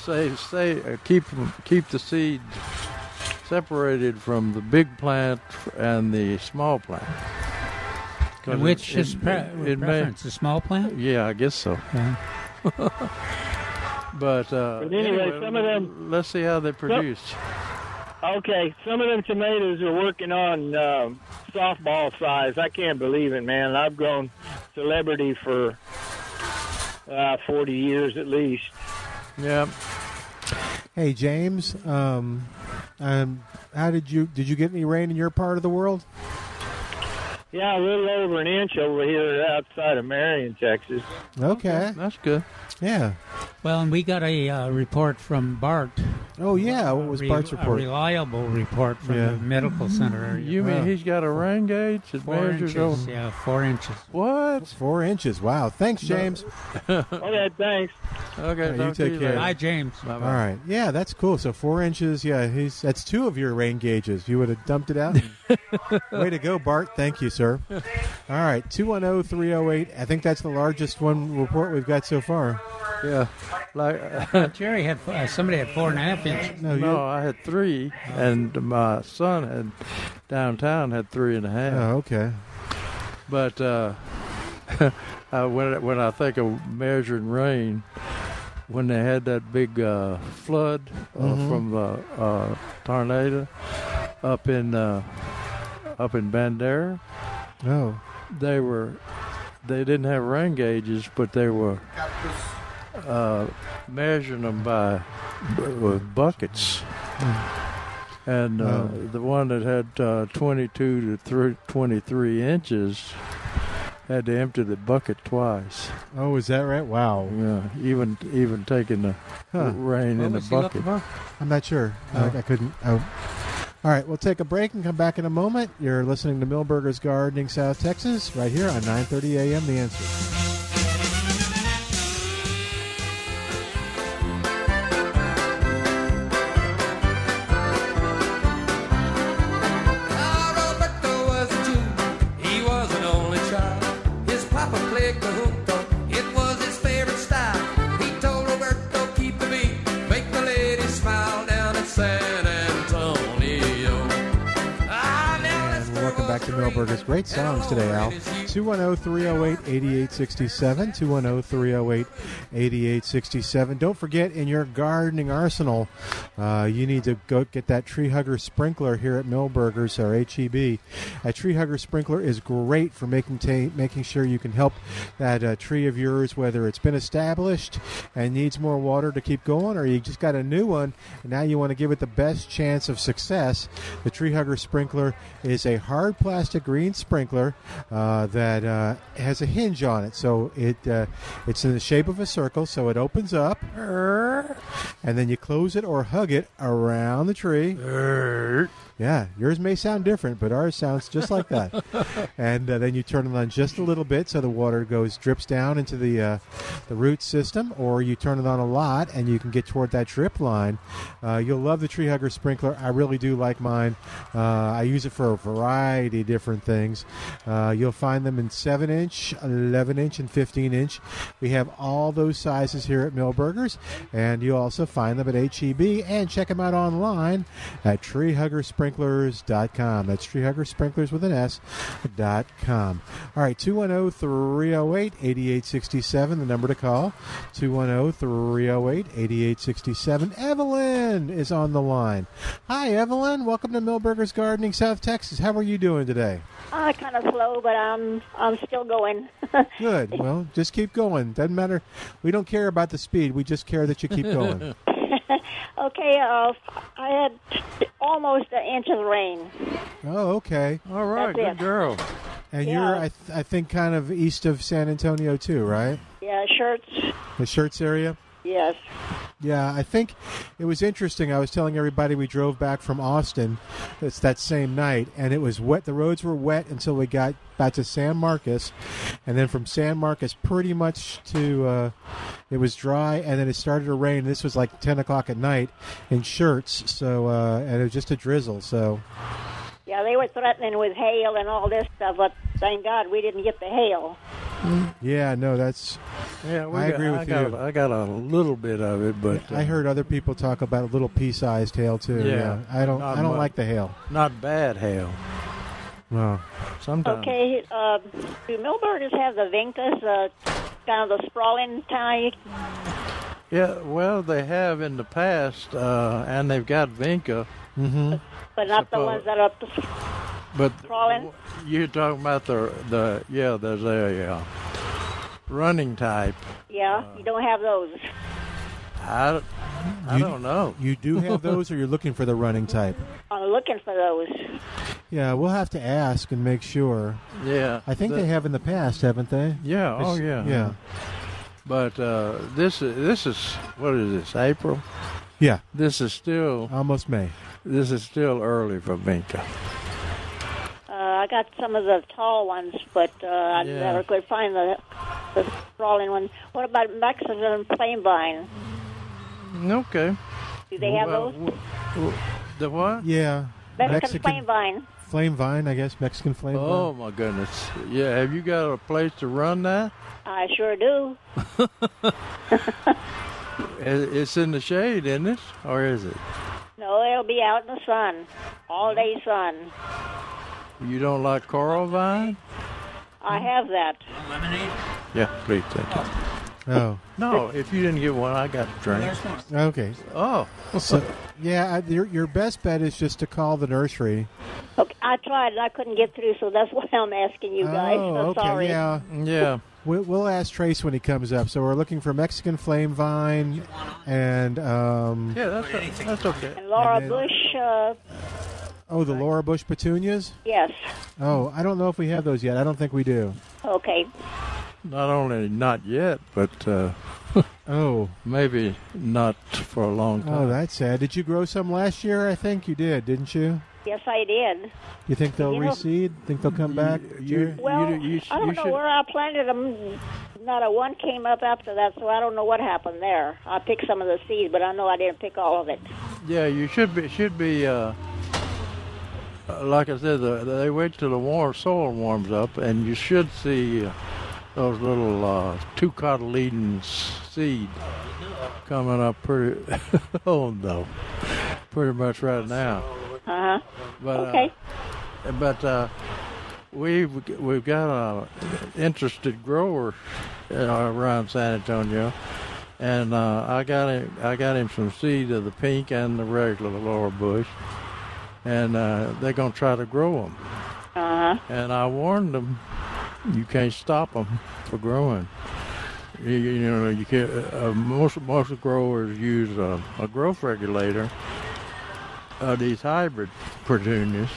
E: save, save, uh, keep keep the seed separated from the big plant and the small plant. 'Cause
F: And
E: it-
F: which
E: it-
F: is pre-
E: it- it may-
F: preference? a small plant?
E: Yeah, I guess so. but, uh,
L: But anyway, some of them-
E: Let's see how they produce.
L: Okay, some of them tomatoes are working on um, softball size. I can't believe it, man. I've grown celebrity for uh, 40 years at least.
E: Yeah.
D: Hey James, um, um, how did you did you get any rain in your part of the world?
L: Yeah, a little over an inch over here outside of Marion, Texas.
D: Okay,
E: that's good.
D: Yeah.
F: Well, and we got a uh, report from Bart.
D: Oh yeah, what was Bart's
F: A
D: report?
F: reliable report from
D: Yeah.
F: the medical center. Area. Uh-huh.
E: You mean he's got a rain gauge that
F: uh, Four
E: measures
F: inches,
E: over?
F: yeah, four inches.
E: What?
D: Four inches. Wow. Thanks,
E: No.
D: James.
L: okay, thanks.
E: Okay,
D: Yeah, you take care.
F: Hi, James.
D: All right. Yeah, that's cool. So four inches. Yeah, he's that's two of your rain gauges. You would have dumped it out. Way to go, Bart. Thank you, sir. All right. oh, 210 308. I think that's the largest one report we've got so far.
E: Yeah. Like,
F: Jerry had uh, somebody had four and a half inches.
E: No, I had three, and my son had downtown had three and a half.
D: Oh, okay.
E: But uh, I, when when I think of measuring rain, when they had that big uh, flood uh,
D: Mhm.
E: from the uh, tornado up in uh, up in Bandera,
D: Oh.
E: they were they didn't have rain gauges, but they were uh, measuring them by with buckets. And uh,
D: Oh.
E: the one that had uh, 22 to thir 23 inches had to empty the bucket twice.
D: Oh, is that right? Wow.
E: Yeah, even even taking the
D: Huh.
E: rain in the bucket.
D: I'm not sure. I- I, couldn't. Oh. All right, we'll take a break and come back in a moment. You're listening to Millburgers Gardening South Texas right here on 9:30 a.m. The Answer.
I: Roberto was a Jew. He was an only child. His papa played Cahuto. It was his favorite style. He told Roberto, keep the beat. Make the lady smile down at San Antonio.
D: And welcome back to Millburgers. Great songs today, Al. oh, 210 308 8867. 210 308 8867. Don't forget, in your gardening arsenal, uh, you need to go get that Tree Hugger sprinkler here at Millburgers or HEB. A Tree Hugger sprinkler is great for making, ta- making sure you can help that uh, tree of yours, whether it's been established and needs more water to keep going, or you just got a new one and now you want to give it the best chance of success. The Tree Hugger sprinkler is a hard plastic green sprinkler uh, that uh, has a hinge on it, so it uh, it's in the shape of a circle, so it opens up, and then you close it or hug it around the tree. Yeah, yours may sound different, but ours sounds just like that. and uh, then you turn it on just a little bit so the water goes drips down into the uh, the root system, or you turn it on a lot and you can get toward that drip line. Uh, you'll love the tree hugger sprinkler. I really do like mine. Uh, I use it for a variety of different things. Uh, you'll find them in seven inch, eleven inch, and fifteen inch. We have all those sizes here at Millburgers, and you'll also find them at HEB and check them out online at treehuggersprinklers.com. That's treehuggersprinklers with an S dot com. All right, oh, 210 308 8867, the number to call. oh, 210 308 8867. Evelyn is on the line. Hi, Evelyn. Welcome to Millburgers Gardening, South Texas. How are you doing today?
M: Uh, kind of slow, but I'm I'm still going.
D: Good. Well, just keep going. Doesn't matter. We don't care about the speed. We just care that you keep going.
M: okay, uh, I had almost an inch of rain.
D: Oh, okay.
E: All right,
M: That's it.
E: good girl.
D: And
M: Yeah.
D: you're, I, th- I think, kind of east of San Antonio, too, right?
M: Yeah, shirts.
D: The shirts area?
M: Yes.
D: Yeah, I think it was interesting. I was telling everybody we drove back from Austin. It's that same night, and it was wet. The roads were wet until we got back to San Marcos, and then from San Marcos, pretty much to uh, it was dry, and then it started to rain. This was like ten o'clock at night in shirts, so uh, and it was just a drizzle. So
M: Yeah, they were threatening with hail and all this stuff, but thank God we didn't get the hail.
D: yeah, no, that's
E: Yeah, we
D: I
E: got-
D: agree with
E: I got-
D: you.
E: I got a little bit of it, but uh,
D: I heard other people talk about a little pea-sized hail too.
E: Yeah,
D: I don't,
E: not
D: I don't
E: much.
D: like the hail.
E: uh, not bad hail.
D: No.
E: Sometimes.
M: Okay, uh, do Millburgers have the Vincas, uh, kind of the sprawling type?
E: Yeah, well, they have in the past, uh, and they've got Vinca,
D: Mm-hmm.
M: But not the
E: Suppo-
M: ones that are
E: but
M: sprawling?
E: you're talking about the the yeah, there's a yeah, running type.
M: Yeah,
E: Uh.
M: you don't have those.
E: I, I
D: You-
E: don't know.
D: You do have those, or you're looking for the running type?
M: I'm looking for those.
D: Yeah, we'll have to ask and make sure.
E: Yeah,
D: I think
E: the-
D: they have in the past, haven't they?
E: Yeah. Oh,
D: It's-
E: yeah.
D: Yeah.
E: But uh, this is this is what is this April?
D: Yeah.
E: This is still
D: almost May.
E: This is still early for Vinca.
M: Uh, I got some of the tall ones, but uh, I
E: Yeah.
M: never could find the, the sprawling one. What about Mexican plain vine?
E: Okay.
M: Do they have
E: Well,
M: those?
E: w- w- The what?
D: Yeah.
M: Mexican, plain vine.
D: flame vine, I guess Mexican flame
E: Oh my goodness! Yeah, have you got a place to run that?
M: I sure do.
E: I- It's in the shade, isn't it? Or is it?
M: No, it'll be out in the sun, all day sun.
E: You don't like coral
D: Mm.
E: vine?
M: I have that.
E: Yeah, please thank you.
D: vine. Oh.
E: No, if you didn't get one, I got a drink.
D: Okay.
E: Oh,
D: So, yeah, I, your your best bet is just to call the nursery.
M: Okay, I tried and I couldn't get through, so that's why I'm asking you guys.
D: Oh,
M: I'm
D: okay,
M: sorry.
D: yeah,
E: yeah.
D: We, we'll ask Trace when he comes up. So we're looking for Mexican flame vine, and um,
E: yeah, that's a, that's okay.
M: And Laura
D: then-
M: Bush, uh,
D: oh, the Laura Bush petunias.
M: yes.
D: Oh, I don't know if we have those yet. I don't think we do.
M: Okay.
E: Not only not yet, but uh,
D: oh,
E: maybe not for a long time.
D: Oh, that's sad. Did you grow some last year? I think you did, didn't you?
M: Yes, I did.
D: You think they'll
M: You know-
D: reseed? Think they'll come back? Jerry?
M: Well,
E: you-
M: I don't
E: you
M: know
E: should-
M: where I planted them. Not a one came up after that, so I don't know what happened there. I picked some of the seeds, but I know I didn't pick all of it.
E: Yeah, you should be should be. Uh, uh, like I said, the, they wait till the warm soil warms up, and you should see uh, those little uh, two cotyledon seed coming up pretty. oh no, pretty much right now.
M: Uh huh.
E: But,
M: Okay.
E: Uh, but uh, we've we've got a interested grower uh, around San Antonio, and uh, I got him I got him some seed of the pink and the regular laurel bush, and uh, they're gonna try to grow them.
M: Uh-huh.
E: And I warned them, you can't stop them for growing. You, you know, you can uh, most most growers use a, a growth regulator of these hybrid petunias,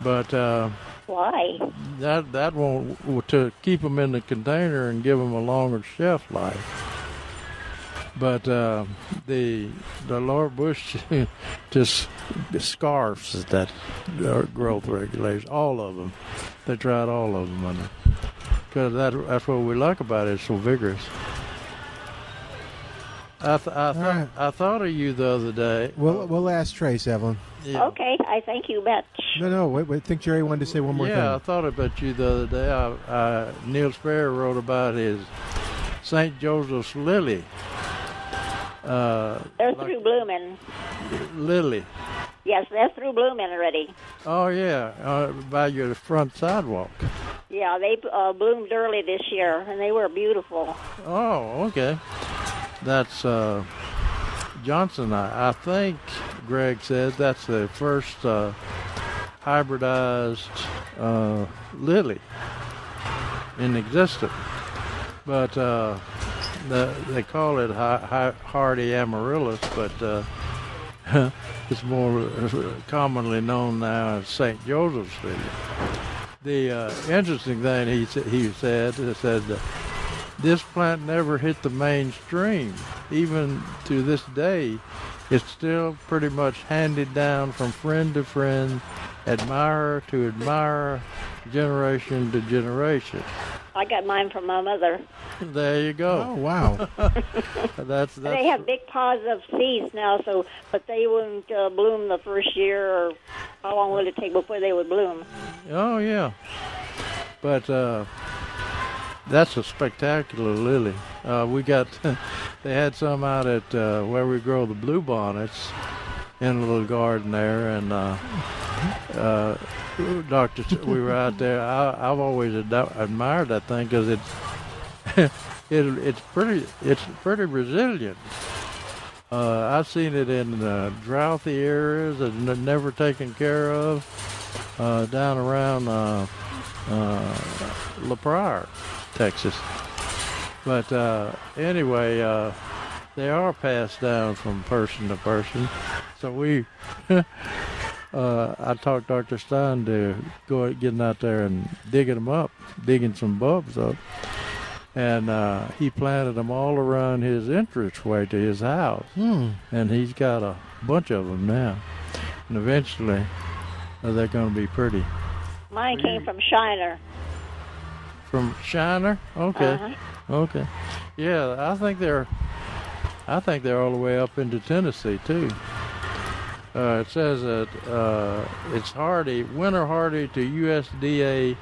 E: but. Uh,
M: Why?
E: that that won't to keep them in the container and give them a longer shelf life. But uh, the the lower bush just scarfs at that uh, growth regulation. All of them, they tried all of them on because that that's what we like about it. It's so vigorous. I th- I, th- I thought of you the other day.
D: We'll, we'll ask Trace, Evelyn.
M: Okay, I thank you much.
D: No, no, wait, wait. I think Jerry wanted to say one more
E: yeah, I
D: thing.
E: thought about you the other day. I, I, Neil Sperry wrote about his St. Joseph's lily. Uh,
M: They're through blooming.
E: lily.
M: Yes, they're through blooming already.
E: Oh, yeah, uh, by your front sidewalk.
M: Yeah, they uh, bloomed early this year, and they were beautiful.
E: Oh, okay. That's uh, Johnson. I, I think Greg says that's the first uh, hybridized uh, lily in existence. But uh, the, they call it hi, hi, hardy amaryllis, but uh, it's more commonly known now as St. Joseph's lily. The uh, interesting thing he sa- he said is said that this plant never hit the mainstream. Even to this day, it's still pretty much handed down from friend to friend, admirer to admirer, generation to generation.
M: I got mine from my mother.
E: There you go.
D: Oh wow,
E: that's that's
M: they have big pods of seeds now, so but they wouldn't uh, bloom the first year. Or how long would it take before they would bloom?
E: Oh yeah, but uh, that's a spectacular lily. Uh, we got they had some out at uh, where we grow the bluebonnets in a little garden there, and uh, uh, Doctor, we were out there. I, I've always ad- admired that thing because it's it, it's pretty it's pretty resilient. Uh, I've seen it in uh, droughty areas and n- never taken care of uh, down around uh, uh, La Pryor, Texas. But uh, anyway, uh, they are passed down from person to person. So we, uh, I talked Dr. Stein to go getting out there and digging them up, digging some bulbs up and uh, he planted them all around his entranceway to his house.
D: Hmm.
E: And he's got a bunch of them now, and eventually uh, they're going to be pretty.
M: Mine came from Shiner.
E: From Shiner, okay,
M: Uh-huh.
E: okay, yeah. I think they're, I think they're all the way up into Tennessee too. Uh, it says that uh, it's hardy, winter hardy to USDA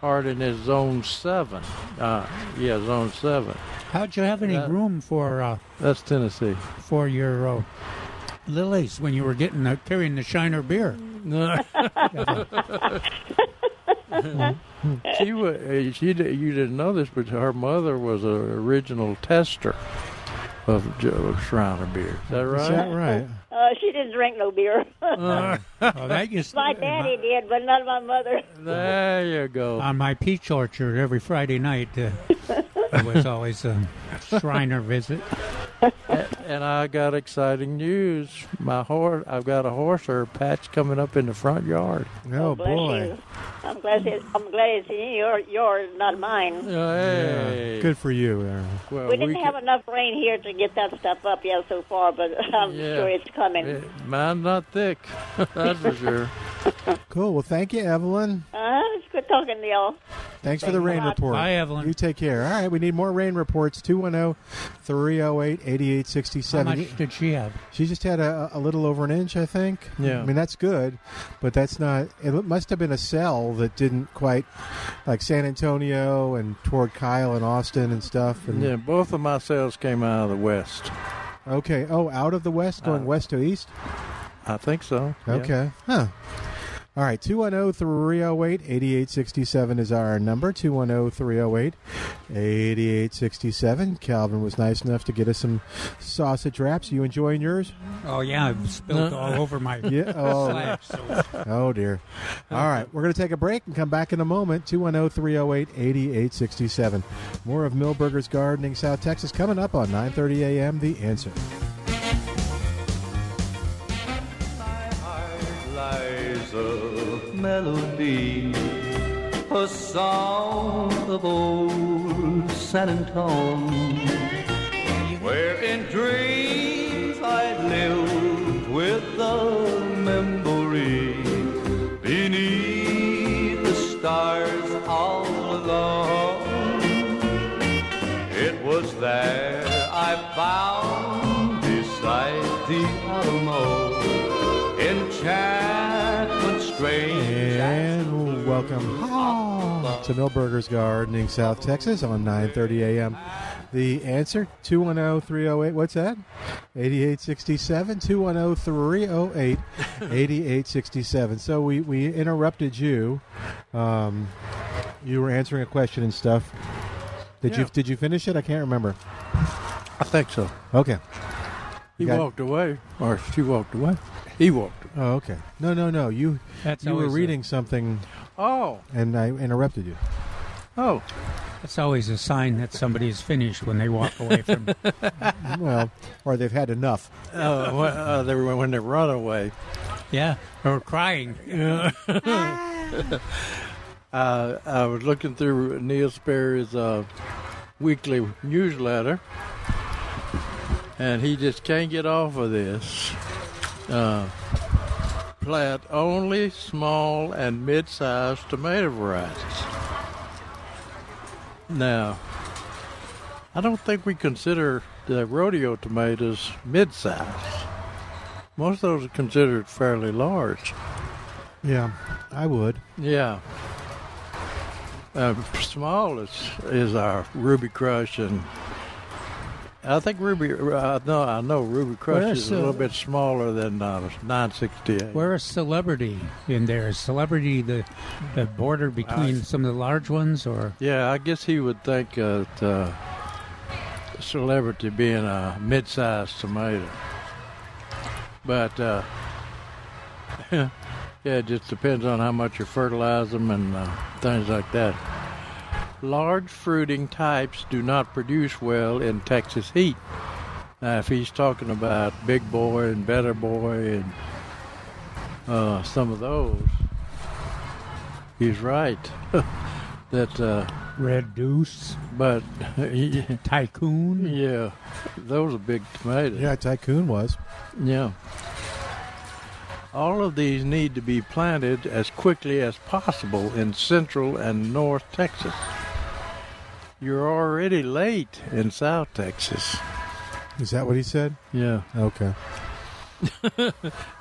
E: hardiness zone seven. Uh, yeah, zone seven.
F: How'd you have any room for uh,
E: that's Tennessee
F: for your uh, lilies when you were getting uh, carrying the Shiner beer?
E: Uh-huh. she wa- uh, she di- you didn't know this, but her mother was an original tester of Joe Shriner beer. Is that right?
M: Uh, she didn't drink no beer.
F: Oh, that used-
M: my daddy did, but not my mother.
E: There you go.
F: On my peach orchard every Friday night, uh, it was always a Shriner visit.
E: And I got exciting news. My horse, I've got a horse or a patch coming up in the front yard.
D: Oh
M: Bless you. I'm glad it's, I'm glad it's in your, yours, not mine.
F: Uh,
E: Hey.
D: Good for you, Aaron.
E: Well,
M: we didn't have enough rain here to get that stuff up yet so far, but I'm
E: Yeah.
M: sure it's coming.
E: Mine's not thick. That's for sure.
D: Cool. Well, thank you, Evelyn.
M: Uh, it's good talking to y'all.
D: Thanks for the rain report.
F: Hi, Evelyn.
D: You take care. All right, we need more rain reports. oh, 210 308 8867.
F: How much did she have?
D: She just had a, a little over an inch, I think.
F: Yeah.
D: I mean, that's good, but that's not. It must have been a cell that didn't quite, like San Antonio and toward Kyle and Austin and stuff. And
E: Yeah, both of my cells came out of the west.
F: Uh,
D: Okay. Oh, out of the west, going west to east?
E: I think so. yeah.
D: Okay. Huh. All right, 210 308 8867 is our number. 210 308 8867. Calvin was nice enough to get us some sausage wraps. You enjoying yours?
F: Oh yeah, it spilled
D: No.
F: all over my
D: Yeah, oh.
F: slab. So
D: Oh, dear. All right, we're going to take a break and come back in a moment. 210 308 8867. More of Millburgers Gardening South Texas coming up on 9.30 a.m. The Answer.
I: lies a melody, a song of old San Antone, where in dreams I lived with the memory beneath the stars all alone. It was there I found beside the Alamo enchantment strange.
D: And welcome to Millburgers Gardening, South Texas, on 9:30 a.m. The answer 210-308. What's that? 8867 210-308 8867. So we we interrupted you. Um, you were answering a question and stuff. Did you
E: Yeah.
D: did you finish it? I can't remember.
E: I think so.
D: Okay.
E: He
D: You got-
E: walked away, or she walked away. He walked.
D: Oh, okay. No, no, no. You
E: That's
D: you were
E: always a-
D: reading something
E: Oh,
D: and I interrupted you.
E: oh,
F: that's always a sign that somebody is finished when they walk away from.
D: well, or they've had enough.
E: uh, when, uh, they were, when they run away.
F: Yeah, or crying.
E: uh, I was looking through Neil Sperry's uh, weekly newsletter, and he just can't get off of this. Uh, plant only small and mid-sized tomato varieties. Now, I don't think we consider the rodeo tomatoes mid-sized. Most of those are considered fairly large.
D: Yeah, I would.
E: Yeah. Uh, small is, is our Ruby Crush, and I think Ruby. Uh, no, I know Ruby Crush
F: Where's
E: is
F: the-
E: a little bit smaller than uh, 968.
F: We're a celebrity in there. Is celebrity the the border between
E: Uh,
F: some of the large ones, or
E: Yeah, I guess he would think uh, that uh, celebrity being a mid-sized tomato, but uh, yeah, it just depends on how much you fertilize them and uh, things like that. Large fruiting types do not produce well in Texas heat. Now, if he's talking about Big Boy and Better Boy and uh, some of those, he's right. that uh,
F: Red Deuce,
E: but
F: Tycoon.
E: Yeah, those are big tomatoes.
D: Yeah, Tycoon was.
E: Yeah. All of these need to be planted as quickly as possible in central and north Texas. You're already late in South Texas.
D: Is that what he said?
E: Yeah.
D: Okay.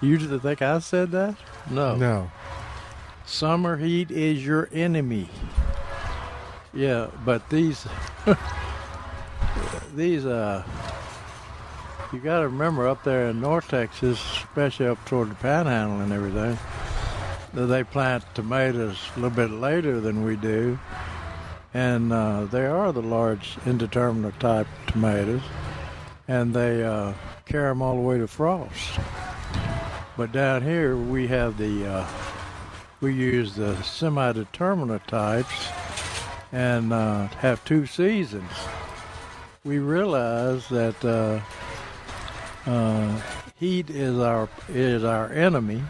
E: You didn't think I said that? No.
D: No.
E: Summer heat is your enemy. Yeah, but these, these, uh, you got to remember up there in North Texas, especially up toward the Panhandle and everything, that they plant tomatoes a little bit later than we do, and uh, they are the large indeterminate type tomatoes, and they uh, carry them all the way to frost. But down here we have the uh, we use the semi-determinate types and uh, have two seasons. We realize that uh, uh, heat is our is our enemy,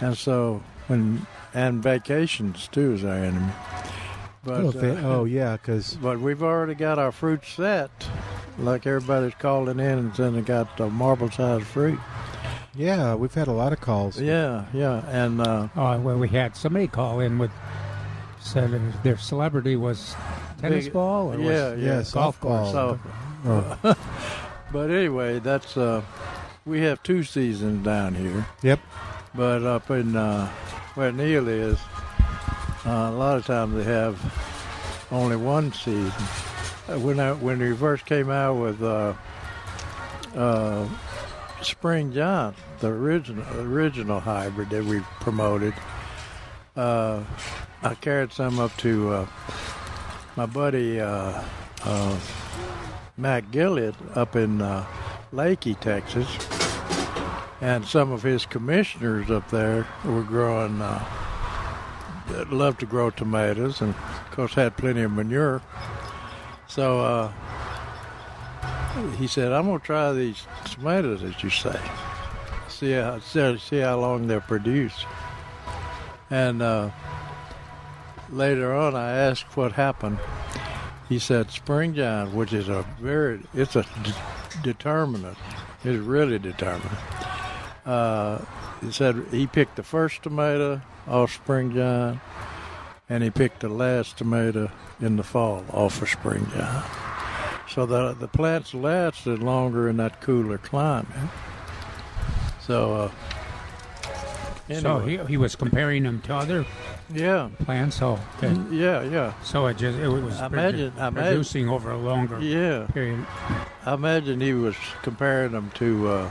E: and so when and vacations too is our enemy. But
D: Oh, they-
E: uh,
D: oh yeah, because
E: but we've already got our fruit set. Like everybody's calling in and saying they got the marble-sized fruit.
D: yeah, we've had a lot of calls.
E: Yeah, yeah, and uh,
F: oh, well, we had somebody call in with said their celebrity was tennis
E: Big-
F: ball or
E: yeah,
F: was
E: yeah,
F: golf course.
E: So- but anyway, that's uh, we have two seasons down here.
D: Yep.
E: But up in uh, where Neil is, uh, a lot of times they have only one season. Uh, When I, when we first came out with uh, uh, Spring John, the original original hybrid that we promoted. Uh, I carried some up to uh, my buddy uh, uh, Matt Gilliard up in uh, Lakey, Texas, and some of his commissioners up there were growing. Uh, that love to grow tomatoes, and of course had plenty of manure. So uh, he said, "I'm gonna try these tomatoes that you say, see how see see how long they'll produce." And uh, later on, I asked what happened. He said, "Spring giant, which is a very it's a d- determinant, it's really determinant." Uh, he said he picked the first tomato off spring giant, and he picked the last tomato in the fall off of spring giant. So the the plants lasted longer in that cooler climate. So uh,
F: So
E: anyway.
F: he, he was comparing them to other
E: yeah
F: plants. Oh, okay.
E: yeah, yeah.
F: So it just it was
E: I
F: produ-
E: imagine- I imagine-
F: producing over a longer
E: Yeah.
F: period.
E: I imagine he was comparing them to, uh,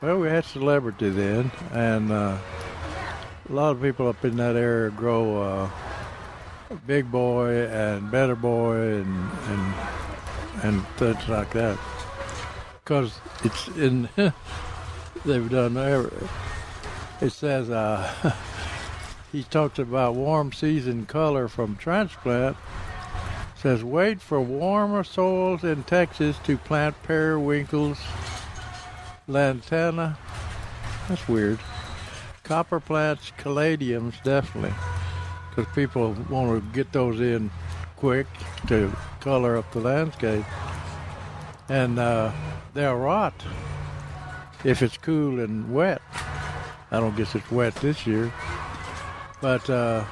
E: well, we had celebrity then, and uh, a lot of people up in that area grow uh, Big Boy and Better Boy and and and things like that, because it's in they've done every. It says uh, he talks about warm season color from transplant says wait for warmer soils in Texas to plant periwinkles, lantana. That's weird. Copper plants, caladiums, definitely, because people want to get those in quick to color up the landscape, and uh, they'll rot if it's cool and wet. I don't guess it's wet this year, but. Uh,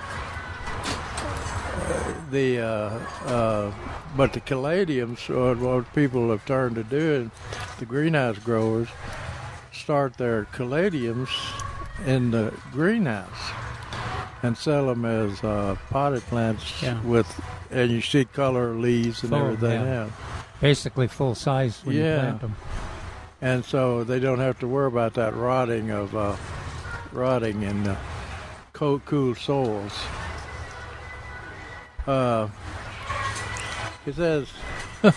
E: the uh, uh, but the caladiums or what people have turned to doing the greenhouse growers start their caladiums in the greenhouse and sell them as uh, potted plants
F: Yeah.
E: with and you see color leaves and
F: Full,
E: everything
F: yeah.
E: else
F: Basically full size when you
E: Yeah.
F: plant them.
E: and so they don't have to worry about that rotting of uh, rotting in uh, cold, cool soils. Uh, he says.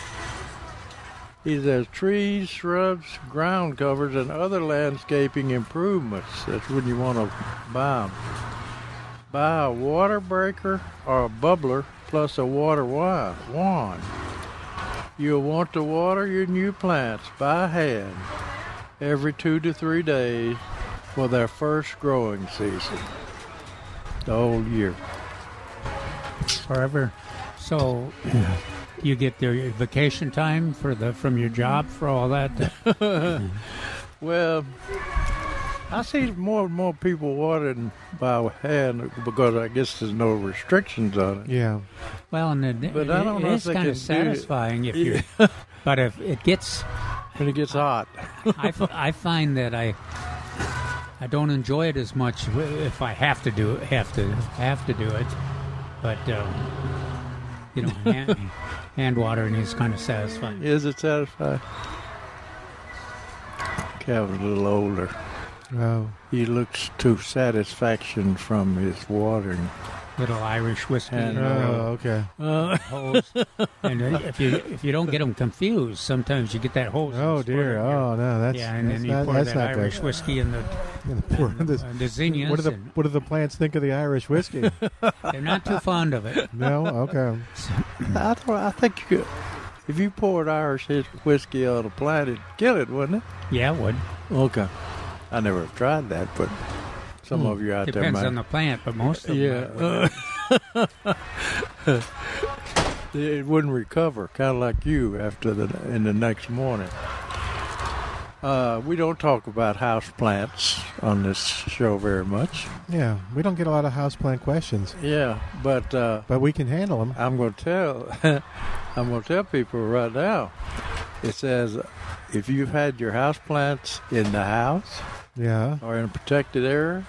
E: He says trees, shrubs, ground covers, and other landscaping improvements. That's when you want to buy 'em. Buy a water breaker or a bubbler plus a water wi- wand. You'll want to water your new plants by hand every two to three days for their first growing season. The whole year.
F: forever. So you get the vacation time for the from your job for all that.
E: Well, I see more and more people watering by hand because I guess there's no restrictions on it.
D: Yeah.
F: well, and it,
E: But I don't
F: it
E: know if
F: is
E: they
F: kind
E: can
F: of
E: do-
F: satisfying if you. but if it gets,
E: when it gets hot,
F: I, f- I find that I I don't enjoy it as much w- if I have to do it, have to have to do it. But uh, you know, hand, hand watering is kind of satisfying.
E: Is it satisfying? Kevin's a little older.
D: Oh.
E: He looks to satisfaction from his watering.
F: Little Irish whiskey.
D: Oh,
E: And,
F: in a row.
E: uh,
F: Uh, hose. and then if you if you don't get them confused, sometimes you get that hose.
D: Oh dear! Oh no, that's
F: yeah, and
D: that's
F: then you
D: not,
F: pour
D: that's
F: that
D: not
F: Irish
D: good.
F: whiskey in the.
D: And the poor-
F: and
D: this-
F: the zinnias
D: What do the
F: and-
D: What do the plants think of the Irish whiskey?
F: They're not too fond of it.
D: no, okay. Hmm.
E: I, th- I think you could, if you poured Irish his- whiskey on a plant, it'd kill it, wouldn't it?
F: Yeah, it would.
E: Okay. I never have tried that, but
D: Hmm.
E: some of you out there
F: Depends
E: might.
F: on the plant, but most of them.
E: yeah. it wouldn't recover, kind of like you after the in the next morning. Uh, we don't talk about house plants on this show very much.
D: Yeah, we don't get a lot of houseplant questions,
E: Yeah, but uh,
D: but we can handle them.
E: I'm going to tell. I'm going to tell people right now. It says if you've had your house plants in the house
D: Yeah.
E: or in a protected area,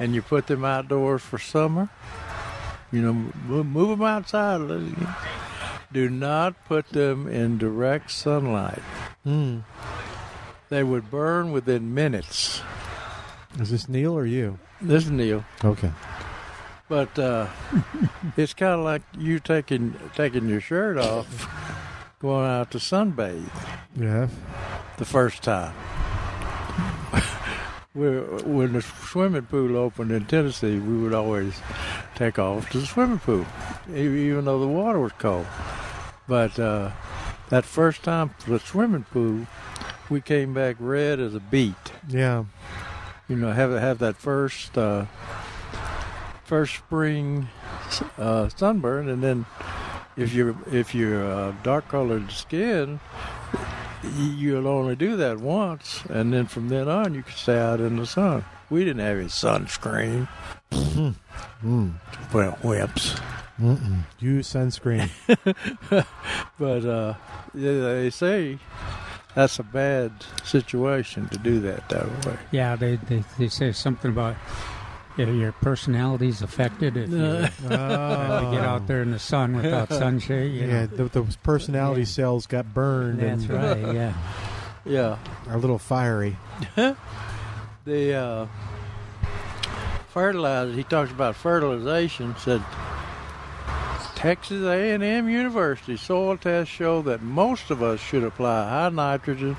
E: and you put them outdoors for summer, you know, move, move them outside.
D: Hmm.
E: Do not put them in direct sunlight.
D: Mm.
E: They would burn within minutes.
D: Is this Neil or you?
E: This is Neil.
D: Okay.
E: But uh, it's kind of like you taking taking your shirt off, going out to sunbathe.
D: Yeah.
E: The first time. we, when the swimming pool opened in Tennessee, we would always take off to the swimming pool, e- even though the water was cold. But uh, that first time to the swimming pool, we came back red as a beet
D: Yeah.
E: you know have have that first uh, first spring uh, sunburn, and then if you if you're uh, dark colored skin, you'll only do that once, and then from then on you can stay out in the sun. We didn't have any sunscreen.
D: Mm.
E: Well, wimps.
D: Mm-mm. Use sunscreen.
E: but uh, yeah, they say that's a bad situation to do that that way.
F: Yeah, they, they, they say something about you know, your personality's affected if you
D: Uh,
F: have to get out there in the sun without sunshade. You
D: Ah. yeah,
F: know.
D: the, the personality cells got burned.
F: That's
D: and
F: right, yeah.
E: Yeah.
D: Are a little fiery.
E: the uh, fertilizer. He talks about fertilization. Said Texas A&M University soil tests show that most of us should apply high nitrogen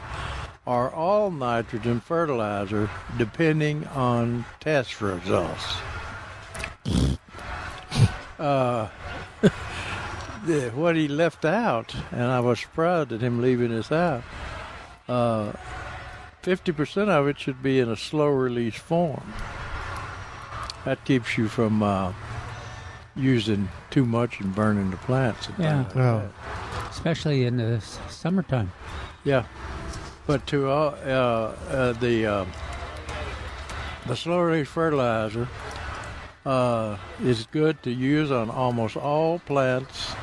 E: or all nitrogen fertilizer, depending on test results. uh, the- what he left out, and I was surprised at him leaving this out. Uh, 50% of it should be in a slow release form. That keeps you from uh, using too much and burning the plants. and
F: Yeah.
E: things
D: Oh.
E: like
F: Especially in the s- summertime.
E: that. Yeah. But to all, uh, uh, the uh, the slow release fertilizer uh, is good to use on almost all plants,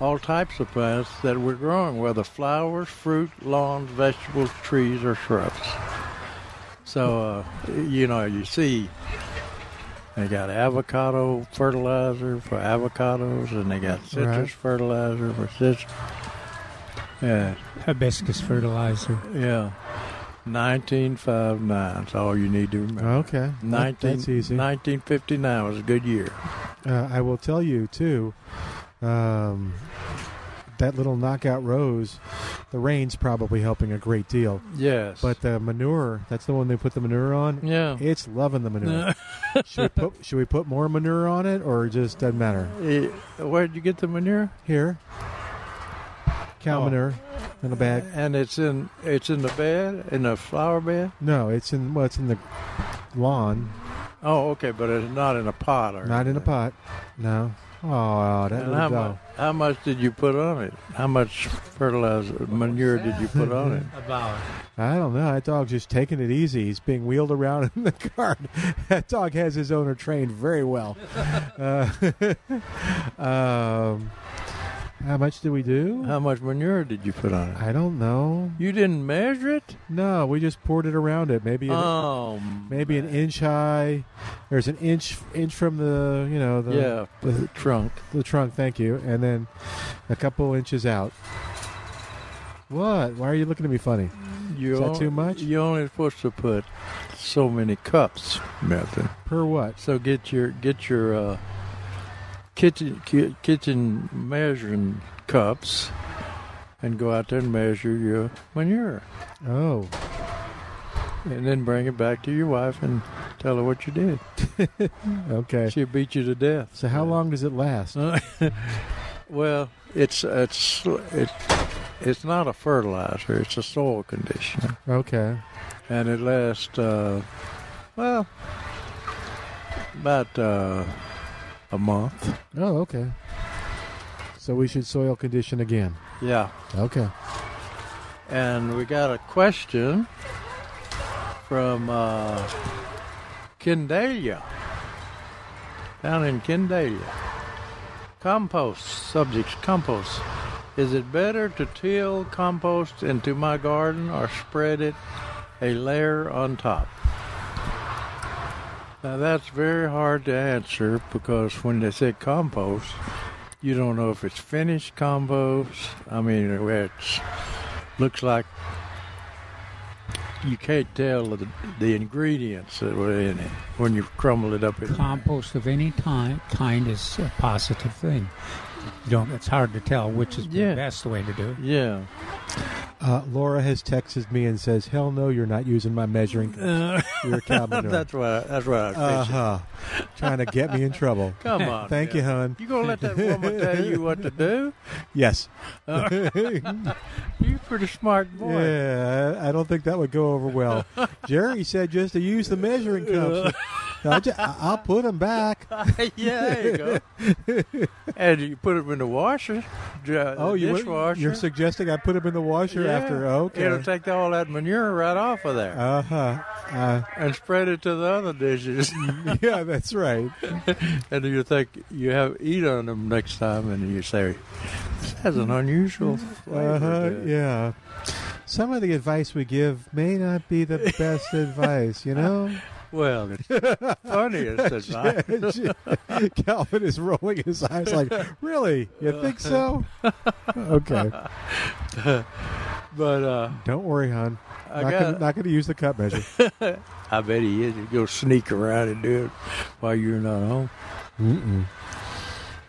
E: all types of plants that we're growing, whether flowers, fruit, lawns, vegetables, trees, or shrubs. So uh, you know you see. They got avocado fertilizer for avocados, and they got citrus
F: Right.
E: fertilizer for uh, citrus. Yeah.
F: Hibiscus fertilizer.
E: Yeah. 1959 is all you need to remember.
D: Okay. That-
E: 19,
D: that's easy.
E: 1959 was a good year.
D: Uh, I will tell you too. Um, that little knockout rose, the rain's probably helping a great deal.
E: Yes.
D: But the manure, that's the one they put the manure on.
E: Yeah.
D: It's loving the manure. should, we put, should we put more manure on it or it just doesn't matter?
E: Eh, Where'd you get the manure?
D: Here. Cow
E: Oh.
D: manure in a bag.
E: And it's in it's in the bed, in the flower bed?
D: No, it's in well, it's in the lawn,
E: Oh, okay, but it's not in a pot or
D: not in a pot. No. Oh, that
E: And
D: little
E: how,
D: dog.
E: much, how much did you put on it? How much fertilizer, manure did you put on it?
F: About.
D: I don't know. That dog's just taking it easy. He's being wheeled around in the cart. That dog has his owner trained very well. Uh, um, how much did we do?
E: How much manure did you put on it?
D: I don't know.
E: You didn't measure it?
D: No, we just poured it around it. Maybe an-
E: Oh,
D: maybe an inch high. There's an inch inch from the you know the
E: Yeah,
D: the
E: trunk
D: the trunk. Thank you, and then a couple inches out. What? Why are you looking at me funny?
E: You
D: Is that
E: on-
D: too much?
E: You're only supposed to put so many cups, Melvin.
D: Per what?
E: So get your get your uh, kitchen ki- kitchen measuring cups, and go out there and measure your manure,
D: Oh,
E: and then bring it back to your wife and tell her what you did.
D: okay.
E: She'll beat you to death.
D: So how long does it last?
E: well, it's it's it's it's not a fertilizer. It's a soil conditioner.
D: okay.
E: and it lasts uh, well about uh, a month.
D: Oh, okay. So we should soil condition again.
E: Yeah,
D: Okay.
E: and we got a question from uh, Kendalia down in Kendalia. Compost subjects compost. Is it better to till compost into my garden or spread it a layer on top? Now that's very hard to answer because when they say compost, you don't know if it's finished compost. I mean, it looks like you can't tell the, the ingredients that were in it when you crumble it up. In
F: Compost of any time, kind is a positive thing. You don't. It's hard to tell which is the best way to do it.
E: Yeah.
D: Uh, Laura has texted me and says, "Hell no, you're not using my measuring cups.
E: Uh,
D: you're a cow manure."
E: that's what I- that's what I was fishing.
D: uh-huh. Trying to get me in trouble.
E: Come on.
D: Thank you, hon.
E: You gonna let that woman tell you what to do?
D: Yes.
E: Uh, You're a pretty smart boy.
D: Yeah, I I don't think that would go over well. Jerry said just to use the measuring cups. I'll, ju- I'll put them back.
E: Uh, yeah, there you go. and you put them in the washer. dry-
D: Oh, you
E: dishwasher.
D: you're suggesting I put them in the washer
E: Yeah.
D: after? Okay.
E: It'll take all that manure right off of there
D: Uh-huh. Uh
E: and spread it to the other dishes.
D: yeah, that's right.
E: and you think you have eat on them next time, and you say, "This has an unusual flavor."
D: Uh-huh,
E: to it."
D: yeah. Some of the advice we give may not be the best advice, you know?
E: Well, it's funniest advice.
D: Calvin is rolling his eyes like, really? You think so? Okay.
E: but uh,
D: Don't worry, hon.
E: I
D: not,
E: got-
D: gonna, not gonna use the cup measure.
E: I bet he is. You go sneak around and do it while you're not home.
D: Mm-mm.